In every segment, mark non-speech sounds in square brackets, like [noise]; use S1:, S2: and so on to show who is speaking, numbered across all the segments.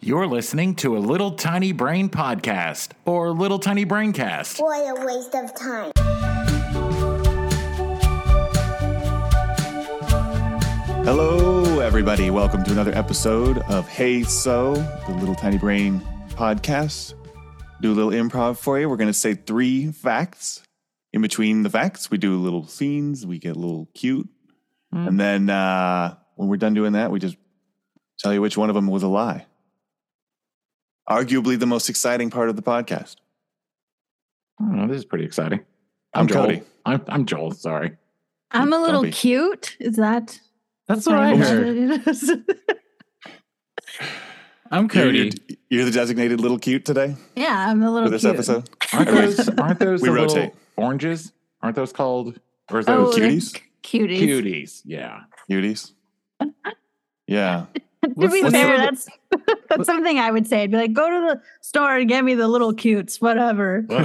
S1: You're listening to a Little Tiny Brain podcast or Little Tiny Braincast.
S2: What a waste of time.
S3: Hello, everybody. Welcome to another episode of Hey So, the Little Tiny Brain podcast. Do a little improv for you. We're going to say three facts. In between the facts, we do little scenes, we get a little cute.
S4: Hmm.
S3: And then uh, when we're done doing that, we just tell you which one of them was a lie. Arguably the most exciting part of the podcast.
S1: I don't know. This is pretty exciting.
S3: I'm Cody.
S1: Joel. I'm, I'm Joel. Sorry.
S4: I'm a little
S3: Dumpy.
S4: cute. Is that
S1: That's what I
S4: what
S1: heard.
S4: it
S3: [laughs]
S4: is?
S1: I'm
S3: You're,
S1: Cody.
S3: you're- you're the designated little cute today
S4: yeah, I'm a little
S3: for this
S4: cute.
S3: episode.
S1: Aren't
S3: [laughs]
S1: those, aren't those
S3: We
S1: the little
S3: rotate.
S1: oranges? Aren't those called? Or is
S4: Oh,
S1: those
S4: they're
S3: cuties?
S4: c- cuties.
S1: cuties?
S3: [laughs]
S1: Yeah. [laughs]
S4: [laughs]
S3: Cuties. Yeah.
S4: To
S1: What's
S4: be
S1: the-
S4: fair,
S1: what's
S4: that's [laughs] that's something I would say. I'd be like, go to the store and get me the little cutes, whatever. [laughs]
S3: Give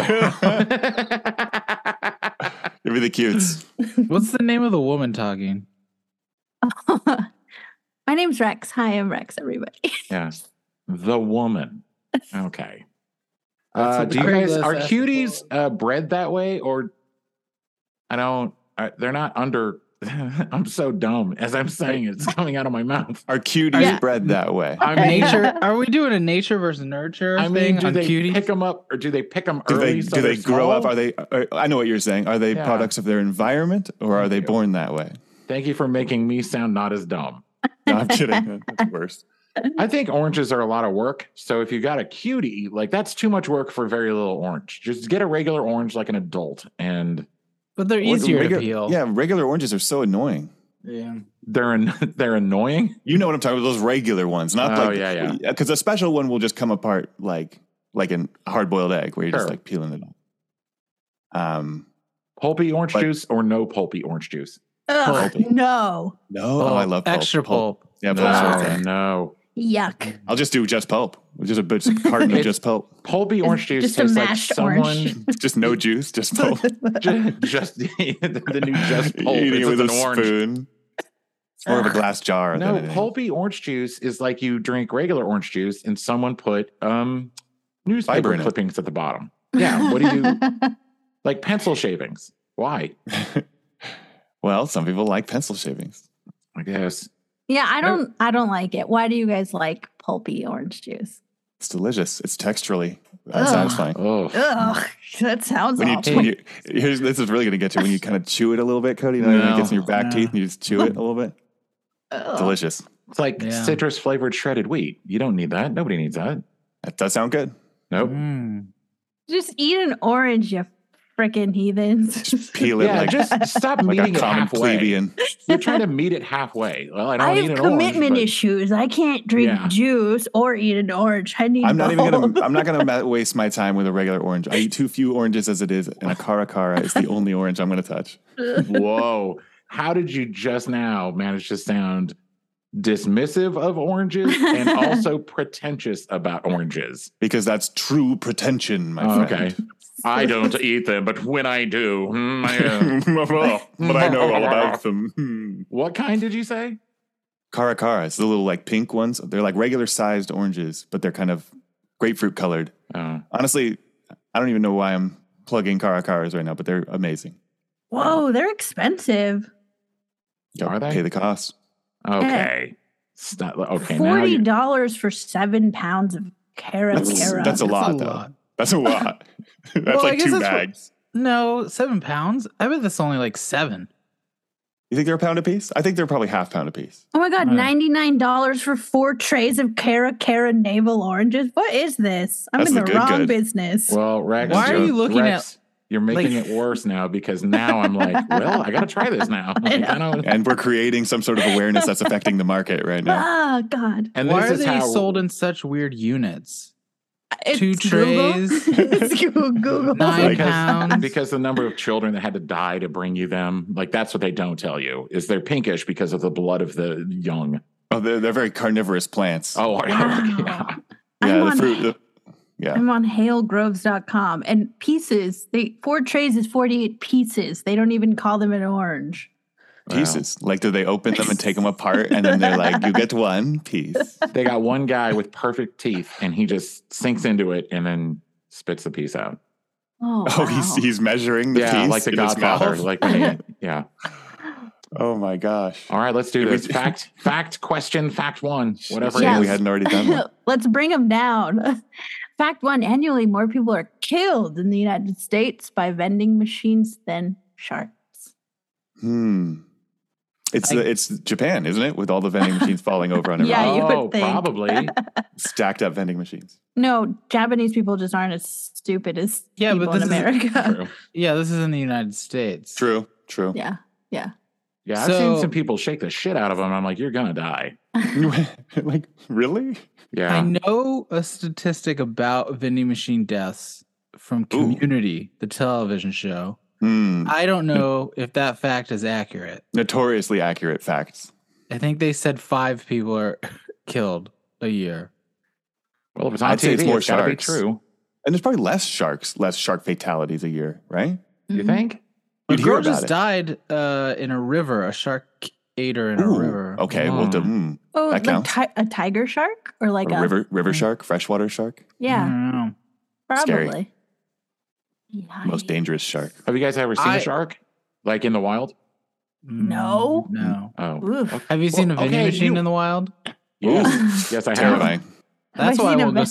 S3: me
S4: [laughs]
S3: the cutes.
S5: What's the name of the woman talking?
S4: My name's Rex. Hi, I'm Rex. Everybody. [laughs]
S1: Yes. The woman. Okay. Uh,
S5: what
S1: do you
S5: Craigslist
S1: guys are
S5: asked for.
S1: cuties uh, bred that way, or I don't? I, they're not under. [laughs] I'm so dumb as I'm saying
S5: [laughs]
S1: it, it's coming out of my mouth.
S3: Are cuties
S4: Yeah.
S3: bred that way? [laughs]
S1: I mean,
S5: Nature? Are we doing a nature versus nurture
S1: I mean,
S5: thing
S1: do
S5: on
S1: they pick 'em
S5: cuties?
S1: pick them up, or do they pick them
S3: Do
S1: early?
S3: they
S1: so
S3: do they
S1: they're
S3: grow up?
S1: small?
S3: Are they? Are, I know what you're saying. Are they
S1: Yeah.
S3: products of their environment, or are they
S1: Yeah.
S3: born that way?
S1: Thank you for making me sound not as dumb.
S3: No, I'm
S1: [laughs]
S3: kidding. That's worse.
S5: [laughs]
S1: I think oranges are a lot of work. So if you got a cutie, like that's too much work for very little orange. Just get a regular orange like an adult, and
S5: But they're easier
S3: Regu-
S5: to peel.
S3: Yeah, regular oranges are so annoying.
S5: yeah.
S1: they're an, [laughs] they're annoying.
S3: You know what I'm talking about? Those regular ones, not
S1: Oh,
S3: like
S1: yeah, yeah.
S3: Because a special one will just come apart like like an hard boiled egg, where you're
S1: Sure.
S3: just like peeling it off. Um,
S1: Pulpy orange
S3: Like-
S1: juice or no pulpy orange juice?
S4: Ugh,
S3: Pulpy.
S4: no.
S3: no, oh, I love pulp.
S5: extra pulp.
S3: Yeah, pulp's
S5: No.
S3: worth
S1: Oh,
S3: it.
S1: no.
S4: Yuck.
S3: I'll just do just pulp. Just a bit just
S1: [laughs]
S3: a carton of
S1: It's-
S3: just pulp.
S1: Pulpy orange juice
S4: Just a
S1: tastes like
S4: mashed
S1: someone
S4: orange.
S3: Just no
S1: [laughs]
S3: juice, just pulp.
S1: ju- just [laughs] the, the new
S3: [laughs]
S1: just pulp
S3: Eating
S1: is
S3: it with
S1: an
S3: a
S1: orange.
S3: spoon. It's more of a glass jar. than
S1: No,
S3: anything.
S1: pulpy orange juice is like you drink regular orange juice and someone put um
S3: Fiber
S1: newspaper
S3: in it.
S1: clippings at the
S3: [laughs]
S1: bottom. Yeah, what do you like pencil shavings? Why?
S3: Well, some people like pencil shavings.
S1: I guess.
S4: [laughs] yeah, I
S1: No.
S4: don't. I don't like it. Why do you guys like pulpy orange juice?
S3: It's delicious. It's texturally
S4: Ugh.
S1: Ah,
S3: uh, satisfying.
S1: Oh.
S4: Ugh, that sounds
S3: When you,
S4: awful.
S3: when you here's, this is really going to get you when you kind of chew it a little bit, Cody. You know, when it
S1: No,
S3: gets in your back
S5: no.
S3: teeth and you just chew it a little bit.
S1: Oh.
S4: Ugh.
S3: Delicious.
S1: It's like
S5: Yeah.
S1: citrus flavored shredded wheat. You don't need that. Nobody needs that.
S3: That does sound good.
S1: Nope.
S5: Mm.
S4: Just eat an orange, you freaking heathens. [laughs]
S3: Peel it
S1: Yeah,
S3: like,
S1: just
S3: [laughs]
S1: stop
S3: like a
S1: meeting it
S3: common
S1: halfway.
S3: plebeian.
S1: You're trying to meet it halfway. Well, I don't
S4: [laughs] I
S1: need
S4: have
S1: an orange,
S4: commitment
S1: but-
S4: issues. I can't drink
S1: Yeah.
S4: juice or eat an orange. I need.
S3: I'm not even
S4: both. [laughs]
S3: going to. I'm not going to ma- waste my time with a regular orange. I eat too few oranges as it is, and a cara cara is the only orange I'm going to touch.
S4: [laughs]
S1: Whoa. How did you just now manage to sound dismissive of oranges and
S4: [laughs]
S1: also pretentious about oranges?
S3: Because that's true pretension, my
S1: Oh,
S3: friend.
S1: okay. I don't eat them, but when I do, mm,
S4: [laughs]
S1: I, uh, [laughs]
S3: but I know all about them. Hmm.
S1: what kind did you say?
S3: Cara cara, it's the little like pink ones. They're like regular sized oranges, but they're kind of grapefruit colored.
S4: Eh.
S1: Oh,
S3: Honestly, I don't even know why I'm plugging cara caras right now, but they're amazing.
S4: Whoa, they're expensive.
S3: You gotta
S1: Are they?
S3: pay the cost?
S1: okay. Stop. Okay. Now
S4: Forty
S1: you're,
S4: dollars for seven pounds of cara
S3: That's-
S4: cara.
S3: that's a lot, though. That's a lot. that's
S5: Well, I
S3: like
S5: guess
S3: two
S5: that's what-
S3: bags.
S5: No, seven pounds. I bet that's only like seven.
S3: You think they're a pound a piece? I think they're probably half pound a piece.
S4: oh my god,
S5: Uh.
S4: ninety nine dollars for four trays of cara cara navel oranges. What is this? I'm
S3: That's
S4: in
S3: the
S4: the
S3: good,
S4: wrong
S3: good.
S4: business.
S1: well, Rex.
S3: Why are
S1: you're-
S5: you looking at-
S1: Rex, You're making
S5: like-
S1: it worse now because now I'm like, well, I got to try this
S5: [laughs]
S1: now. Like, I don't-
S3: And we're creating some sort of awareness that's affecting the market
S1: [laughs]
S3: right now.
S4: Ah, God.
S1: and
S5: Why
S1: this
S5: are
S1: is
S5: they
S1: how
S5: sold in such weird units?
S4: It's
S5: Two trays.
S4: Google. [laughs] it's Google. Google.
S5: Nine
S1: Because-
S5: pounds.
S1: because the number of children that had to die to bring you them, like that's what they don't tell you, is they're pinkish because of the blood of the young.
S3: Oh, they're, they're very carnivorous plants.
S1: Oh,
S4: Wow.
S1: [laughs] yeah.
S4: I'm
S3: yeah, the
S4: on-
S3: fruit. the- yeah.
S4: I'm on halegroves.com and pieces, they four trays is 48 pieces. They don't even call them an orange.
S3: pieces. Like, do they open them and take them apart, and then they're like, "You get one piece."
S1: They got one guy with perfect teeth, and he just sinks into it and then spits the piece out.
S4: Oh,
S3: Oh, he's
S4: wow.
S3: he's measuring the
S1: yeah,
S3: piece
S1: like the
S3: in his
S1: Godfather.
S3: mouth?
S1: Like when he-
S4: [laughs]
S1: yeah.
S3: [laughs] oh my gosh!
S1: All right, let's do
S3: If we
S1: this.
S3: did-
S1: Fact, fact, question, fact one, whatever
S3: Yeah,
S1: it
S3: we
S1: is.
S3: hadn't already done. One.
S4: [laughs] Let's bring him down. Fact one annually, more people are killed in the United States by vending machines than sharks.
S3: Hmm. It's
S5: I-
S3: the it's Japan, isn't it? With all the
S4: [laughs]
S3: vending machines falling over on a
S4: Yeah,
S3: rock,
S4: you would
S1: oh,
S4: think. [laughs]
S1: probably.
S3: stacked up vending machines.
S4: No, Japanese people just aren't as stupid as
S5: Yeah, but
S4: people in
S5: this is-
S4: America.
S1: [laughs] True.
S5: Yeah, this is in the United States.
S3: True, true.
S4: yeah.
S1: Yeah, I've
S5: So-
S1: seen some people shake the shit out of them. I'm like, you're gonna die.
S3: [laughs] like really?
S1: Yeah.
S5: I know a statistic about vending machine deaths from Community, the television show.
S3: Hmm.
S5: I don't know if that fact is accurate.
S3: Notoriously accurate facts.
S5: I think they said five people are [laughs] killed a year.
S1: Well, if it's on
S3: I'd say
S1: TV,
S3: it's
S1: it's,
S3: more
S1: gotta be
S3: sharks.
S1: true.
S3: And there's probably less sharks, less shark fatalities a year, right?
S1: You
S4: Mhm.
S1: think?
S5: A
S3: You'd hear
S5: girl
S3: about
S5: just
S3: it.
S5: died uh, in a river. A shark ate her in
S3: Ooh,
S5: a river.
S3: Okay, well, the, hmm,
S4: Oh,
S3: That
S4: like
S3: counts.
S4: ti- a tiger shark or like
S3: a
S4: a, Hmm.
S3: river river
S5: Mm.
S3: shark, freshwater shark,
S5: I
S4: Yeah,
S5: don't know.
S3: Scary.
S4: probably.
S3: most
S4: Yikes.
S3: dangerous shark.
S1: Have you guys ever seen
S5: I-
S1: a shark? Like in the wild?
S4: No.
S5: Mm, No.
S1: Oh.
S4: Oof. [laughs]
S5: Have you
S1: Well,
S5: seen a vending
S1: okay,
S5: machine
S1: you-
S5: in the wild?
S1: Yes. yes, I have.
S3: Terrifying.
S4: Have I
S5: That's why I
S4: seen a
S5: won't go
S4: vending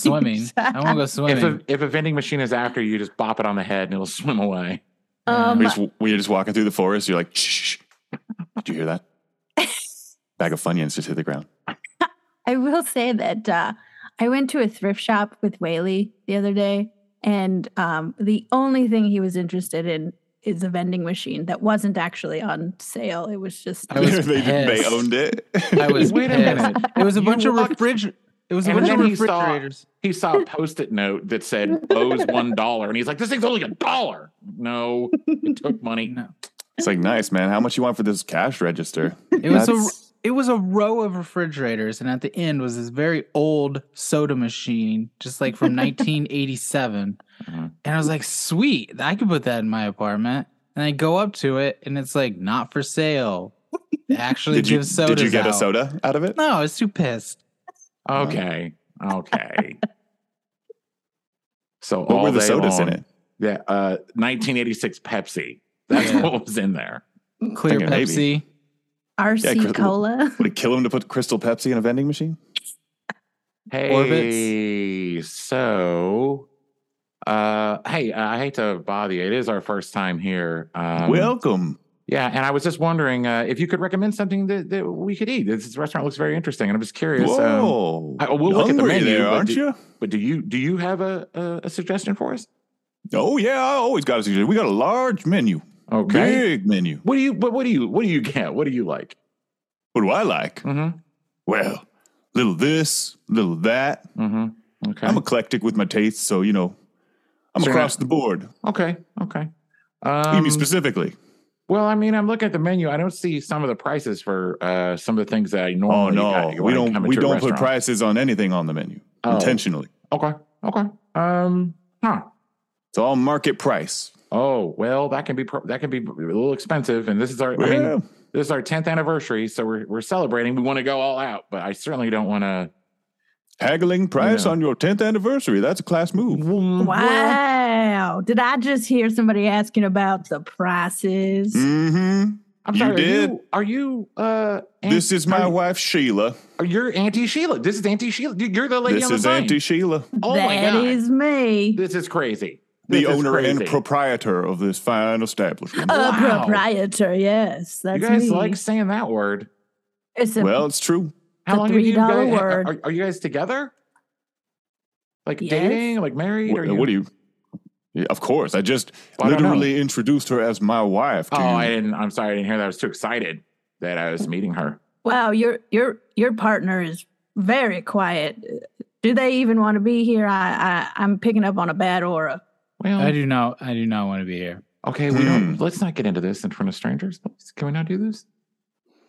S5: swimming. I won't
S1: [laughs]
S5: go
S1: If a,
S5: swimming.
S1: if a vending machine is after you, just bop it on the head and it'll [laughs] swim away.
S4: Um,
S3: We just, when you're just walking through the forest, you're like, shh, shh, shh. Did you hear that?
S4: [laughs]
S3: Bag of Funyuns just hit the ground.
S4: I will say that uh, I went to a thrift shop with Whaley the other day, and um, the only thing he was interested in is a vending machine that wasn't actually on sale. It was just [laughs]
S5: I
S3: [laughs]
S5: was
S3: they, they
S5: pissed.
S3: owned it.
S5: I was
S1: Wait a
S5: pissed.
S1: minute.
S5: It was a
S1: You
S5: bunch of
S1: walked-
S5: refrigerators. It was a
S1: and
S5: bunch of
S1: then he saw-
S5: refrigerators.
S1: He saw a post-it note that said
S3: [laughs]
S1: owes one dollar, and he's like, "This thing's only a dollar." No, it took money.
S5: [laughs] No.
S3: [laughs] It's like, nice, man. How much you want for this cash register?
S5: It was a
S3: That's-
S5: it was a row of refrigerators, and at the end was this very old soda machine, just
S3: [laughs]
S5: like from 1987.
S3: Uh-huh.
S1: Mhm.
S5: And I was like, "Sweet, I could put that in my apartment." And I go up to it, and it's like, "Not for sale." They actually
S3: Did you,
S5: give sodas.
S3: did you get a
S5: out.
S3: soda out of it?
S5: No, I was too pissed.
S1: Okay, okay. So
S3: What
S1: all
S3: were the
S1: day
S3: sodas
S1: long,
S3: in it?
S1: Yeah, uh, 1986 Pepsi. That's
S5: Yeah.
S1: what was in there.
S5: Clear
S3: Thinking maybe.
S5: Pepsi.
S4: RC
S3: Chris-
S1: [laughs]
S4: Cola.
S3: Would it kill him to put Crystal Pepsi in a vending machine?
S1: Hey, so uh, hey, I hate to bother you. It is our first time here. Um,
S3: Welcome.
S1: yeah, and I was just wondering uh, if you could recommend something that, that we could eat. This restaurant looks very interesting, and I'm just curious. Um,
S3: Whoa.
S1: I- we'll look at the
S3: Hungry
S1: menu,
S3: there,
S1: but
S3: aren't
S1: do-
S3: you?
S1: but do you do you have a, a, a suggestion for us?
S3: Oh, yeah. I always got a suggestion. We got a large menu,
S1: Okay.
S3: big menu.
S1: What do you? But what do you? What do you get? What do you like?
S3: What do I like?
S1: Mm-hmm.
S3: Well, little this, little that.
S1: Mm-hmm. Okay.
S3: I'm eclectic with my tastes, so you know, I'm
S1: So you're
S3: across the board.
S1: okay. Okay.
S3: What do you mean
S1: Um,
S3: specifically?
S1: well, I mean, I'm looking at the menu. I don't see some of the prices for uh, some of the things that I
S3: Oh
S1: normally.
S3: no,
S1: get
S3: we
S1: when I
S3: don't
S1: come
S3: we
S1: into a
S3: don't put
S1: restaurant.
S3: prices on anything on the menu
S1: Oh,
S3: intentionally.
S1: Okay. Okay. Um. Huh.
S3: It's all market price.
S1: Oh well, that can be pro- that can be a little expensive, and this is our. I mean,
S3: Well,
S1: this is our 10th anniversary, so we're we're celebrating. We want to go all out, but I certainly don't want to.
S3: haggling price
S1: Yeah.
S3: on your 10th anniversary. That's a class move.
S4: Wow. Did I just hear somebody asking about the prices?
S1: Mm.
S3: Mm-hmm.
S1: I'm
S3: You
S1: sorry.
S3: did.
S1: Are you? Are you? Uh, aunt-
S3: This is my
S1: are-
S3: wife Sheila.
S1: Are you Auntie Sheila? This is Auntie Sheila. You- You're the lady
S3: This
S1: on the
S3: is
S1: sign.
S3: Auntie Sheila,
S1: oh my
S4: That
S1: God.
S4: is me.
S1: this is crazy.
S3: the
S1: This is
S3: owner and
S1: crazy. Oh,
S3: proprietor of this fine establishment.
S4: A
S1: Wow.
S4: proprietor, yes. That's
S1: You guys
S4: me.
S1: like saying that word?
S4: it's a,
S3: well, it's true.
S1: How
S4: The
S1: long have you
S4: $3
S1: guys?
S4: word.
S1: Are, are you guys together? Like
S4: Yes.
S1: dating? Like married?
S3: What,
S1: Are you?
S3: what do you? Yeah, of course, I just
S1: Well, I don't know.
S3: literally introduced her as my wife. To
S1: Oh,
S3: you.
S1: I didn't. I'm sorry. I didn't hear that. I was too excited that I was meeting her.
S4: Wow, your your your partner is very quiet. Do they even want to be here? I, I I'm picking up on a bad aura.
S1: Well,
S5: I do not. I do not want to be here.
S1: okay. We don't.
S3: Hmm.
S1: Let's not get into this in front of strangers. please. Can we not do this?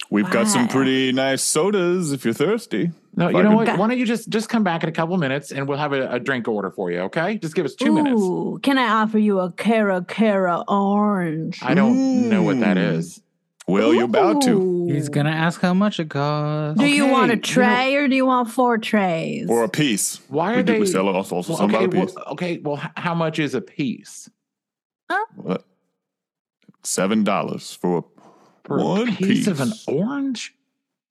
S3: We've got some
S4: Wow.
S3: pretty nice sodas if you're thirsty.
S1: No. You
S3: Fucking-
S1: know what? Why don't you just just come back in a couple minutes and we'll have a, a drink order for you? Okay. Just give us two minutes.
S4: Ooh, can I offer you a Cara Cara orange?
S3: Hmm.
S1: I don't know what that
S3: Ooh.
S1: is.
S3: Well, you're about to.
S5: He's
S4: Ooh.
S5: gonna ask how much it costs.
S4: Do you want a
S1: Okay,
S4: tray or do you want four trays?
S3: Or a piece.
S1: Why are
S3: We,
S1: they?
S3: do, we sell it also, also
S1: well,
S3: something
S1: okay,
S3: about a
S1: well,
S3: piece.
S1: okay, well, h- how much is a piece?
S3: What? Seven dollars for a
S1: Per
S3: One
S1: piece, of an
S3: piece.
S1: orange?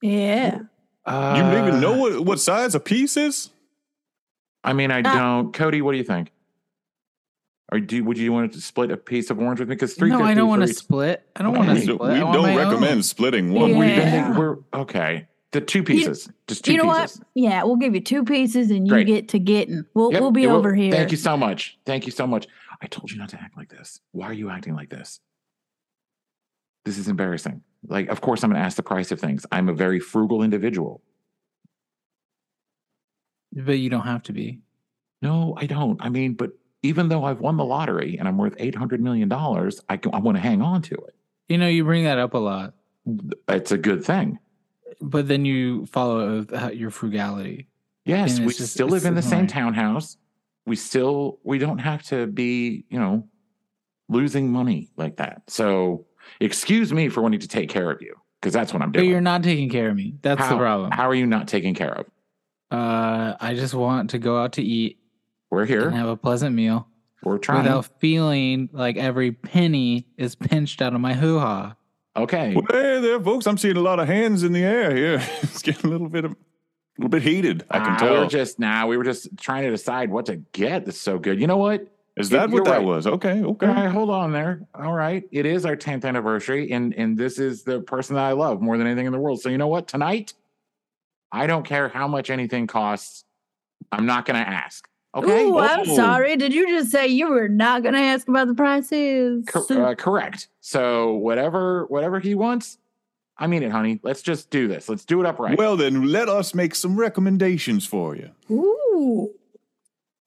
S4: yeah.
S1: Uh,
S3: You don't even know what, what size a piece is?
S1: I mean, I
S3: Ah.
S4: Uh,
S1: don't. Cody, what do you think? Or do you, would you want to split a piece of orange with me? Because three.
S5: No, I don't want to split. I don't want to
S3: We
S5: split.
S3: don't-
S5: I
S3: we
S5: want
S3: don't
S5: my own.
S3: recommend splitting one.
S1: We
S4: Yeah.
S1: don't think we're okay. The two pieces, just two
S4: you know
S1: pieces.
S4: what? Yeah, we'll give you two pieces and you
S1: Great.
S4: get to getting. We'll
S1: Yep,
S4: we'll be
S1: it will-
S4: over here.
S1: Thank you so much. Thank you so much. I told you not to act like this. Why are you acting like this? This is embarrassing. Like, of course, I'm going to ask the price of things. I'm a very frugal individual.
S5: But you don't have to be.
S1: No, I don't. I mean, but even though I've won the lottery and I'm worth eight hundred million dollars, I can, I want to hang on to it.
S5: You know, you bring that up a lot,
S1: It's a good thing.
S5: but then you follow it with uh, your frugality.
S1: Yes,
S5: And
S1: we
S5: it's just-
S1: still live
S5: it's
S1: in the same
S5: annoying.
S1: townhouse. We still we don't have to be, you know, losing money like that. So excuse me for wanting to take care of you because that's what I'm
S5: But
S1: doing.
S5: you're not taking care of me. That's the
S1: How-
S5: problem.
S1: How are you not taken care of?
S5: Uh, I just want to go out to eat
S1: We're
S5: and
S1: here.
S5: have a pleasant meal
S1: We're trying.
S5: without feeling like every penny is pinched out of my hoo ha.
S1: okay.
S3: Well, hey there, folks. I'm seeing a lot of hands in the air here. [laughs] it's getting a little bit of, a little bit heated. I can
S1: Ah, We
S3: tell.
S1: were just now. we were just trying to decide what to get. That's so good. You know what?
S3: is that
S1: you're
S3: what that
S1: right.
S3: was? Okay, okay.
S1: All right, hold on there. All right, it is our 10th anniversary, and and this is the person that I love more than anything in the world. So you know what? Tonight, I don't care how much anything costs. I'm not going to ask. Okay,
S4: Ooh, I'm
S3: Oh.
S4: sorry. Did you just say you were not going to ask about the prices?
S1: Cor- uh, correct. So whatever whatever he wants, I mean it, honey. Let's just do this. Let's do it upright.
S3: Well, then let us make some recommendations for you.
S1: uh,
S4: Ooh.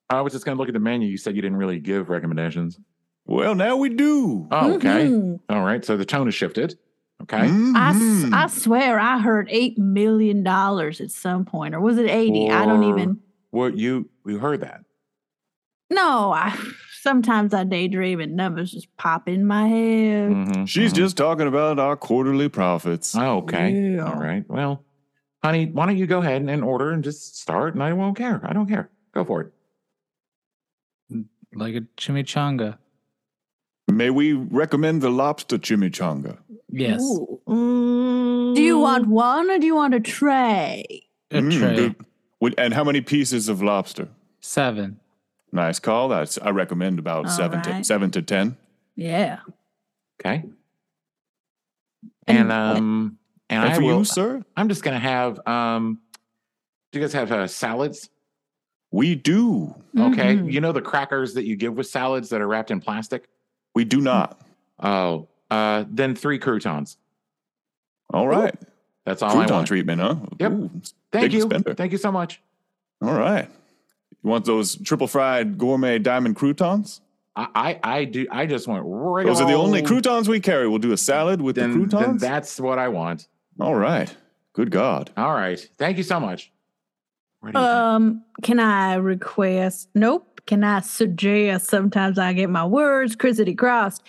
S1: I was just going to look at the menu. You said you didn't really give recommendations.
S3: Well, now we do.
S1: Oh, okay.
S4: Mhm.
S1: All right. So the tone has shifted. Okay.
S4: I, s-
S1: Mm-hmm.
S3: Mhm.
S4: I swear I heard $8 million at some point, or was it 80? I don't
S1: Or-
S4: even.
S1: What you you heard that?
S4: No, I sometimes I daydream and numbers just pop in my head.
S1: Mhm,
S3: She's
S1: mhm.
S3: just talking about our quarterly profits.
S1: Oh, okay.
S4: Yeah.
S1: All right. Well, honey, why don't you go ahead and, and order and just start? And I won't care. I don't care. Go for it.
S5: Like a chimichanga.
S3: May we recommend the lobster chimichanga?
S5: Yes.
S4: Ooh. Do you
S1: Mm.
S4: want one or do you want a tray?
S5: A
S3: Mm,
S5: tray.
S3: good. Would- And how many pieces of lobster?
S5: Seven.
S3: Nice call. That's I recommend about
S4: All
S3: seven to
S4: right.
S3: seven to ten.
S4: Yeah.
S1: Okay.
S4: And
S1: And um and
S3: And,
S1: I
S3: for
S1: will
S3: you, sir,
S1: I'm just gonna have um do you guys have uh, salads?
S3: we do.
S1: Okay.
S3: Mm-hmm.
S4: Mhm.
S1: You know the crackers that you give with salads that are wrapped in plastic?
S3: We do not.
S1: Oh, uh then three croutons.
S3: All right.
S1: That's all I
S3: Crouton
S1: want.
S3: treatment, huh?
S1: Yep.
S3: Ooh.
S1: Thank
S3: big
S1: you.
S3: spender.
S1: Thank you so much.
S3: All right. You want those triple fried gourmet diamond croutons?
S1: I I, I do I just want right
S3: Those are the only croutons we carry. We'll do a salad with the
S1: then, then
S3: croutons.
S1: that's what I want.
S3: All right. Good God.
S1: All right. Thank you so much. Where do you think?
S4: Um, can I request? Nope. Can I suggest? Sometimes I get my words crizzity crossed.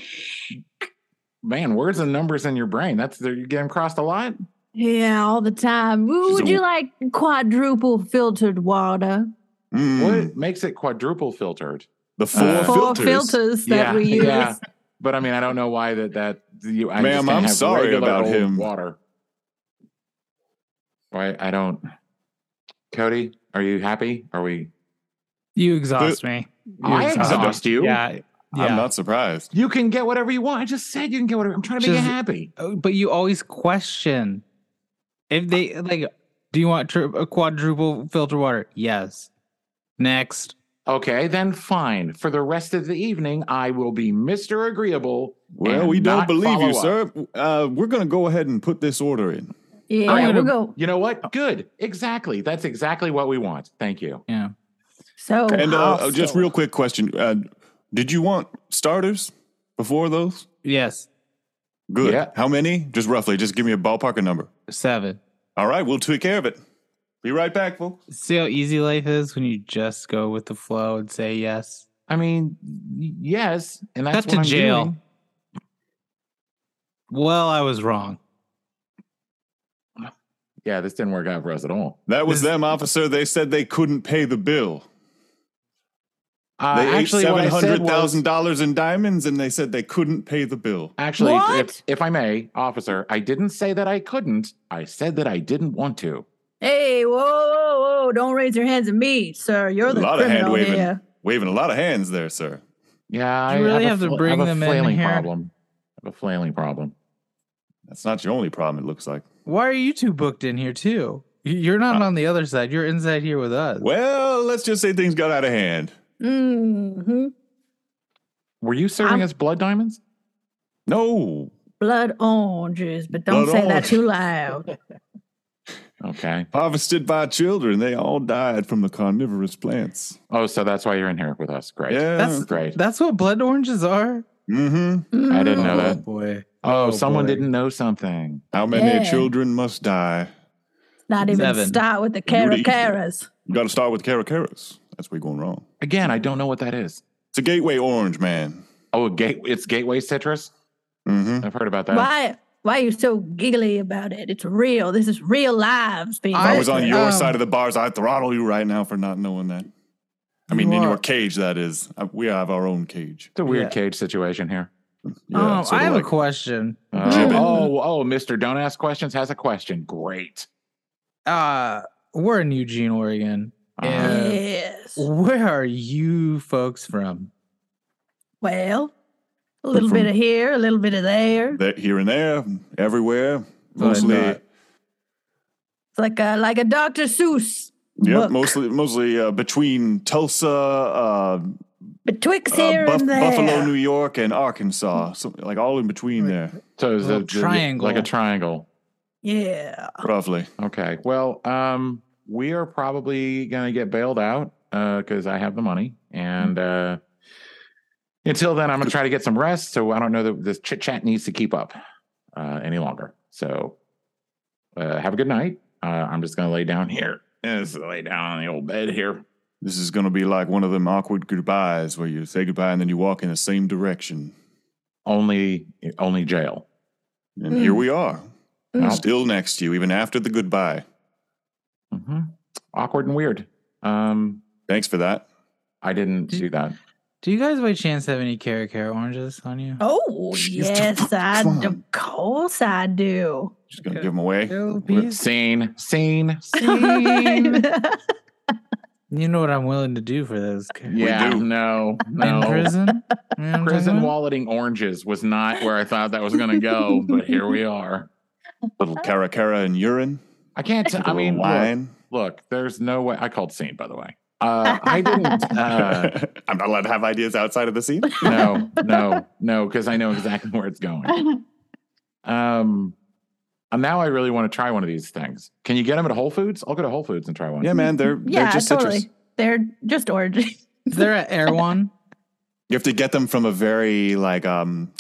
S1: Man, words and numbers in your brain. That's there you get them crossed a lot.
S4: Yeah, all the time. Ooh,
S3: She's
S4: would
S3: a-
S4: you like quadruple filtered water?
S3: Mm,
S1: What makes it quadruple filtered?
S3: The four
S1: Uh,
S4: Four
S3: filters.
S4: filters that we use.
S1: yeah. But I mean, I don't know why that that you. I just
S3: Ma'am,
S1: can't
S3: I'm
S1: have
S3: sorry
S1: regular
S3: about
S1: old
S3: him.
S1: Water. Why I don't. Cody, are you happy? Are we?
S5: You exhaust me. You
S1: I exhaust you.
S5: Yeah. Yeah.
S3: I'm not surprised.
S1: You can get whatever you want. I just said you can get whatever. I'm trying to make
S5: Just-
S1: you happy.
S5: Oh, but you always question if they like. Do you want tri- a quadruple filter water? Yes. Next.
S1: Okay, then fine. For the rest of the evening, I will be Mister Agreeable.
S3: Well,
S1: and
S3: we don't
S1: not
S3: believe you,
S1: follow up.
S3: sir. Uh, we're going to go ahead and put this order in.
S4: Yeah,
S1: I
S4: we'll
S5: would've-
S4: go.
S1: You know what? Good. Exactly. That's exactly what we want. Thank you.
S5: Yeah.
S4: So
S3: And uh, just
S4: hostile.
S3: real quick question: uh, Did you want starters before those?
S5: Yes.
S3: Good.
S1: Yeah.
S3: How many? Just roughly. Just give me a ballpark and number.
S5: Seven.
S3: All right, we'll take care of it. Be right back, folks.
S5: See how easy life is when you just go with the flow and say yes.
S1: I mean, y- yes, and that's
S5: Cut to
S1: what I'm
S5: jail.
S1: doing.
S5: Well, I was wrong.
S1: Yeah, this didn't work out for us at all.
S3: That was
S5: This-
S3: them, officer. They said they couldn't pay the bill.
S1: Uh,
S3: They ate
S1: actually, what
S3: seven
S1: I said
S3: hundred
S1: was-
S3: thousand dollars in diamonds, and they said they couldn't pay the bill.
S1: Actually, if-
S4: What?
S1: if, if I may, officer, I didn't say that I couldn't. I said that I didn't want to.
S4: Hey, whoa, whoa, whoa! Don't raise your hands at me, sir. You're the
S3: A lot of hand
S4: criminal
S3: waving.
S4: here.
S3: Waving a lot of hands there, sir.
S1: Yeah, I
S5: You really
S1: a
S5: have to
S1: fl-
S5: bring
S1: I have
S5: them
S1: a
S5: in
S1: flailing
S5: here.
S1: problem. I have a flailing problem.
S3: That's not your only problem. It looks like.
S5: Why are you two booked in here too? Y- You're not
S1: Uh,
S5: on the other side. You're inside here with us.
S3: Well, let's just say things got out of hand.
S4: hmm
S1: Were you serving
S4: I'm-
S1: us blood diamonds?
S3: No,
S4: Blood oranges, but don't
S3: Blood
S4: say that
S3: orange.
S4: too
S3: [laughs]
S4: loud.
S1: Okay.
S3: harvested by children. They all died from the carnivorous plants.
S1: Oh, so that's why you're in here with us. Great.
S3: Yeah,
S5: That's-
S1: Great.
S5: That's what blood oranges are.
S3: mm-hmm.
S1: I didn't know
S4: Mm.
S1: that.
S5: boy.
S1: Oh, someone
S5: boy.
S1: didn't know something.
S3: How many
S4: Yeah.
S3: children must die?
S4: Mm-hmm. Not even
S5: Seven.
S4: start with the
S3: Beauty.
S4: caracaras.
S3: You got to start with caracaras. That's where you're going wrong.
S1: Again, I don't know what that is.
S3: It's a gateway orange, man.
S1: Oh, a gate, it's gateway citrus.
S3: Mm-hmm.
S1: I've heard about that.
S4: Why? Why are you so giggly about it? It's real. This is real lives being.
S5: If
S3: If I
S5: I-
S3: was on your
S5: um,
S3: side of the bars, I'd throttle you right now for not knowing that. I mean,
S5: You
S3: in your
S5: are-
S3: cage, that is. Uh, We have our own cage.
S1: It's a weird
S5: Yeah.
S1: cage situation here.
S3: Yeah,
S5: oh,
S3: sorta
S5: I have
S3: like-
S5: a question.
S1: Uh,
S4: Jibbit.
S1: oh, oh, Mr. Don't Ask Questions has a question. Great.
S5: Uh, we're in Eugene, Oregon.
S1: Uh,
S5: Yeah.
S4: Yes.
S5: Where are you folks from?
S4: Well, a little bit
S3: from-
S4: of here, a little bit of there.
S3: that here and there, everywhere,
S5: Thought I
S3: mostly.
S5: thought.
S4: It's like a like a Dr. Seuss
S3: Yep,
S4: book.
S3: mostly mostly uh, between Tulsa, uh,
S4: betwixt
S3: uh,
S4: here
S3: Buff-
S4: and there.
S3: Buffalo, New York, and Arkansas, something like all in between
S5: Right.
S3: there,
S1: so it's
S5: Little
S1: a
S5: triangle.
S1: like a triangle.
S4: Yeah.
S3: roughly.
S1: Okay. Well, um, we are probably gonna get bailed out because I have the money, and
S5: Mm.
S1: uh, until then, I'm gonna try to get some rest. So I don't know that this chit chat needs to keep up uh, any longer. So uh, have a good night. Uh, I'm just gonna lay down here. Yeah, Just lay down on the old bed here.
S3: This is going to be like one of them awkward goodbyes where you say goodbye and then you walk in the same direction.
S1: Only, only jail.
S3: And
S4: Mm.
S3: here we are,
S4: Mm.
S3: still next to you, even after the goodbye.
S1: hmm Awkward and weird. Um,
S3: Thanks for that.
S1: I didn't
S5: Did-
S1: do that.
S5: Do you guys by chance have any caracara oranges on you?
S4: Oh
S3: She's the
S4: yes,
S3: fuck
S4: I do.
S3: one.
S4: of course I do.
S3: Just going to
S5: Okay.
S3: give them away.
S5: Little
S3: We're-
S5: piece?
S1: Scene, scene, [laughs] scene.
S4: [laughs] That's
S5: You know what I'm willing to do for those. car-
S1: yeah,
S3: do.
S1: no,
S5: In
S1: no.
S5: [laughs] prison? You know what I'm
S1: Prison
S5: talking about?
S1: walleting oranges was not where I thought that was going to go, but here we are.
S3: little caracara and urine.
S1: I can't. T-
S3: a
S1: I
S3: little
S1: mean, look,
S3: wine.
S1: look, there's no way. I called scene, by the way. Uh, I didn't.
S5: [laughs]
S1: Uh,
S3: [laughs] I'm not allowed to have ideas outside of the
S1: [laughs]
S3: scene.
S1: no, no, no, because I know exactly where it's going. Um, and now I really want to try one of these things. Can you get them at Whole Foods? I'll go to Whole Foods and try one.
S3: Yeah, man, they're
S4: yeah,
S3: they're just
S4: totally.
S3: citrus.
S4: They're just oranges.
S5: They're at [laughs] Air One.
S3: You have to get them from a very like um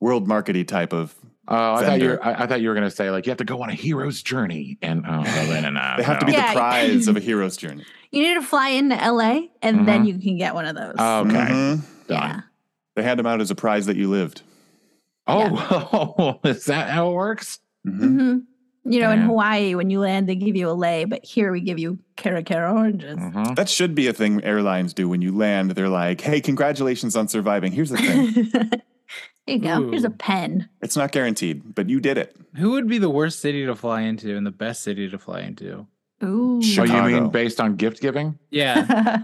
S3: world markety type of.
S1: Oh, I thought you.
S3: Vendor.
S1: Were, I, I thought you were going to say like you have to go on a hero's journey, and oh, no, no, no,
S3: They have to
S1: no.
S3: be
S4: Yeah.
S3: the prize of a hero's journey.
S4: [laughs] You need to fly into LA and
S3: Mm-hmm.
S4: then
S1: Mhm.
S4: you can get one of those.
S1: Oh, Okay.
S3: Mhm.
S1: done.
S4: yeah.
S3: They hand them out as a prize that you lived.
S1: Oh, [laughs] is that how it works?
S5: Mm-hmm.
S3: Mhm.
S4: hmm You know, in
S1: Yeah.
S4: Hawaii, when you land, they give you a lei, but here we give you caracara oranges.
S3: Mm,
S4: [laughs]
S1: Mhm.
S3: That should be a thing airlines do when you land. They're like, "Hey, congratulations on surviving. Here's the thing.
S4: [laughs] Here you go. Here's a
S5: Ooh.
S4: pen.
S3: it's not guaranteed, but you did it."
S5: Who would be the worst city to fly into and the best city to fly into?
S4: Ooh.
S1: Oh,
S3: Sure.
S4: [laughs]
S1: you mean
S3: Chicago.
S1: based on gift giving?
S5: [laughs] Yeah.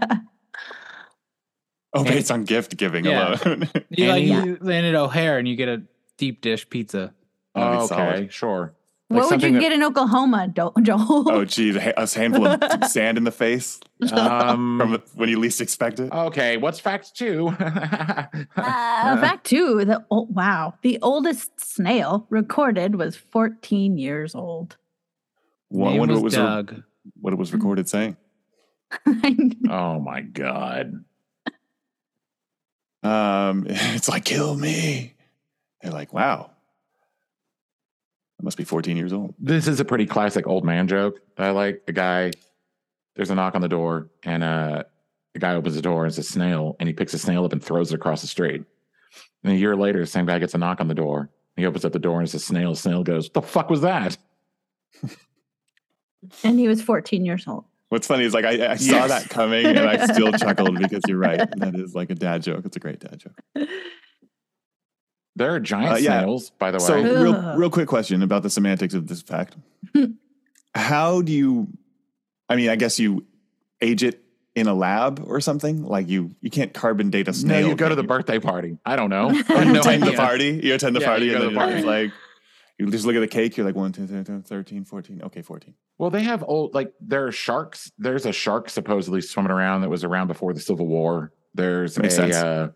S3: Oh,
S5: Hey.
S3: based on gift giving
S5: Yeah.
S3: alone. [laughs]
S5: You, like,
S1: Any-
S5: you land at O'Hare and you get a deep dish pizza.
S3: That'd be
S1: okay, [laughs]
S3: solid.
S1: sure. Like
S4: what would
S1: something
S4: you
S1: that-
S4: get in Oklahoma, Do- Joel?
S3: oh, geez, a ha- a handful of sand in the face from
S1: Um,
S3: the-
S5: Mm-hmm.
S3: when you least expect it.
S1: okay, what's fact two? [laughs]
S4: Uh, fact two, the oh, wow, the oldest snail recorded was 14 years old. [laughs]
S3: Wha-
S5: Name
S3: wonder
S5: was
S3: what was re-
S5: Doug.
S3: what it was recorded saying.
S1: oh my god!
S3: Um, [laughs] it's like, kill me. They're like, wow. I must be 14 years old.
S1: This is a pretty classic old man joke. I like the guy. There's a knock on the door, and uh, the guy opens the door and it's a snail, and he picks a snail up and throws it across the street. And a year later, the same guy gets a knock on the door. and He opens up the door and it's a snail. Snail goes, "The fuck was that?"
S4: And he was 14 years old.
S3: What's funny is like I, I saw
S1: Yes.
S3: that coming and I
S1: [laughs]
S3: still chuckled because you're right. That is like a dad joke. It's a great dad joke.
S1: There are giant
S3: Uh, yeah.
S1: snails, by the way.
S3: So real,
S4: Ugh.
S3: real quick question about the semantics of
S1: [laughs]
S3: this fact. How do you? I mean, I guess you age it in a lab or something. Like you, you can't carbon date a snail.
S1: no, you go to
S3: can
S1: the
S3: you?
S1: birthday party. I don't [laughs]
S3: [laughs]
S1: know.
S4: You
S1: I have no
S3: attend the
S1: idea.
S3: party. You attend the
S1: Yeah,
S3: party,
S1: you
S3: and
S1: go to
S3: then
S1: the
S3: you're just like, you just look at the cake. You're like one, two, three, four, 13, 14. Okay, fourteen.
S1: Well, they have old like there are sharks. There's a shark supposedly swimming around that was around before the Civil War. There's
S3: Makes
S1: a
S3: sense.
S1: uh,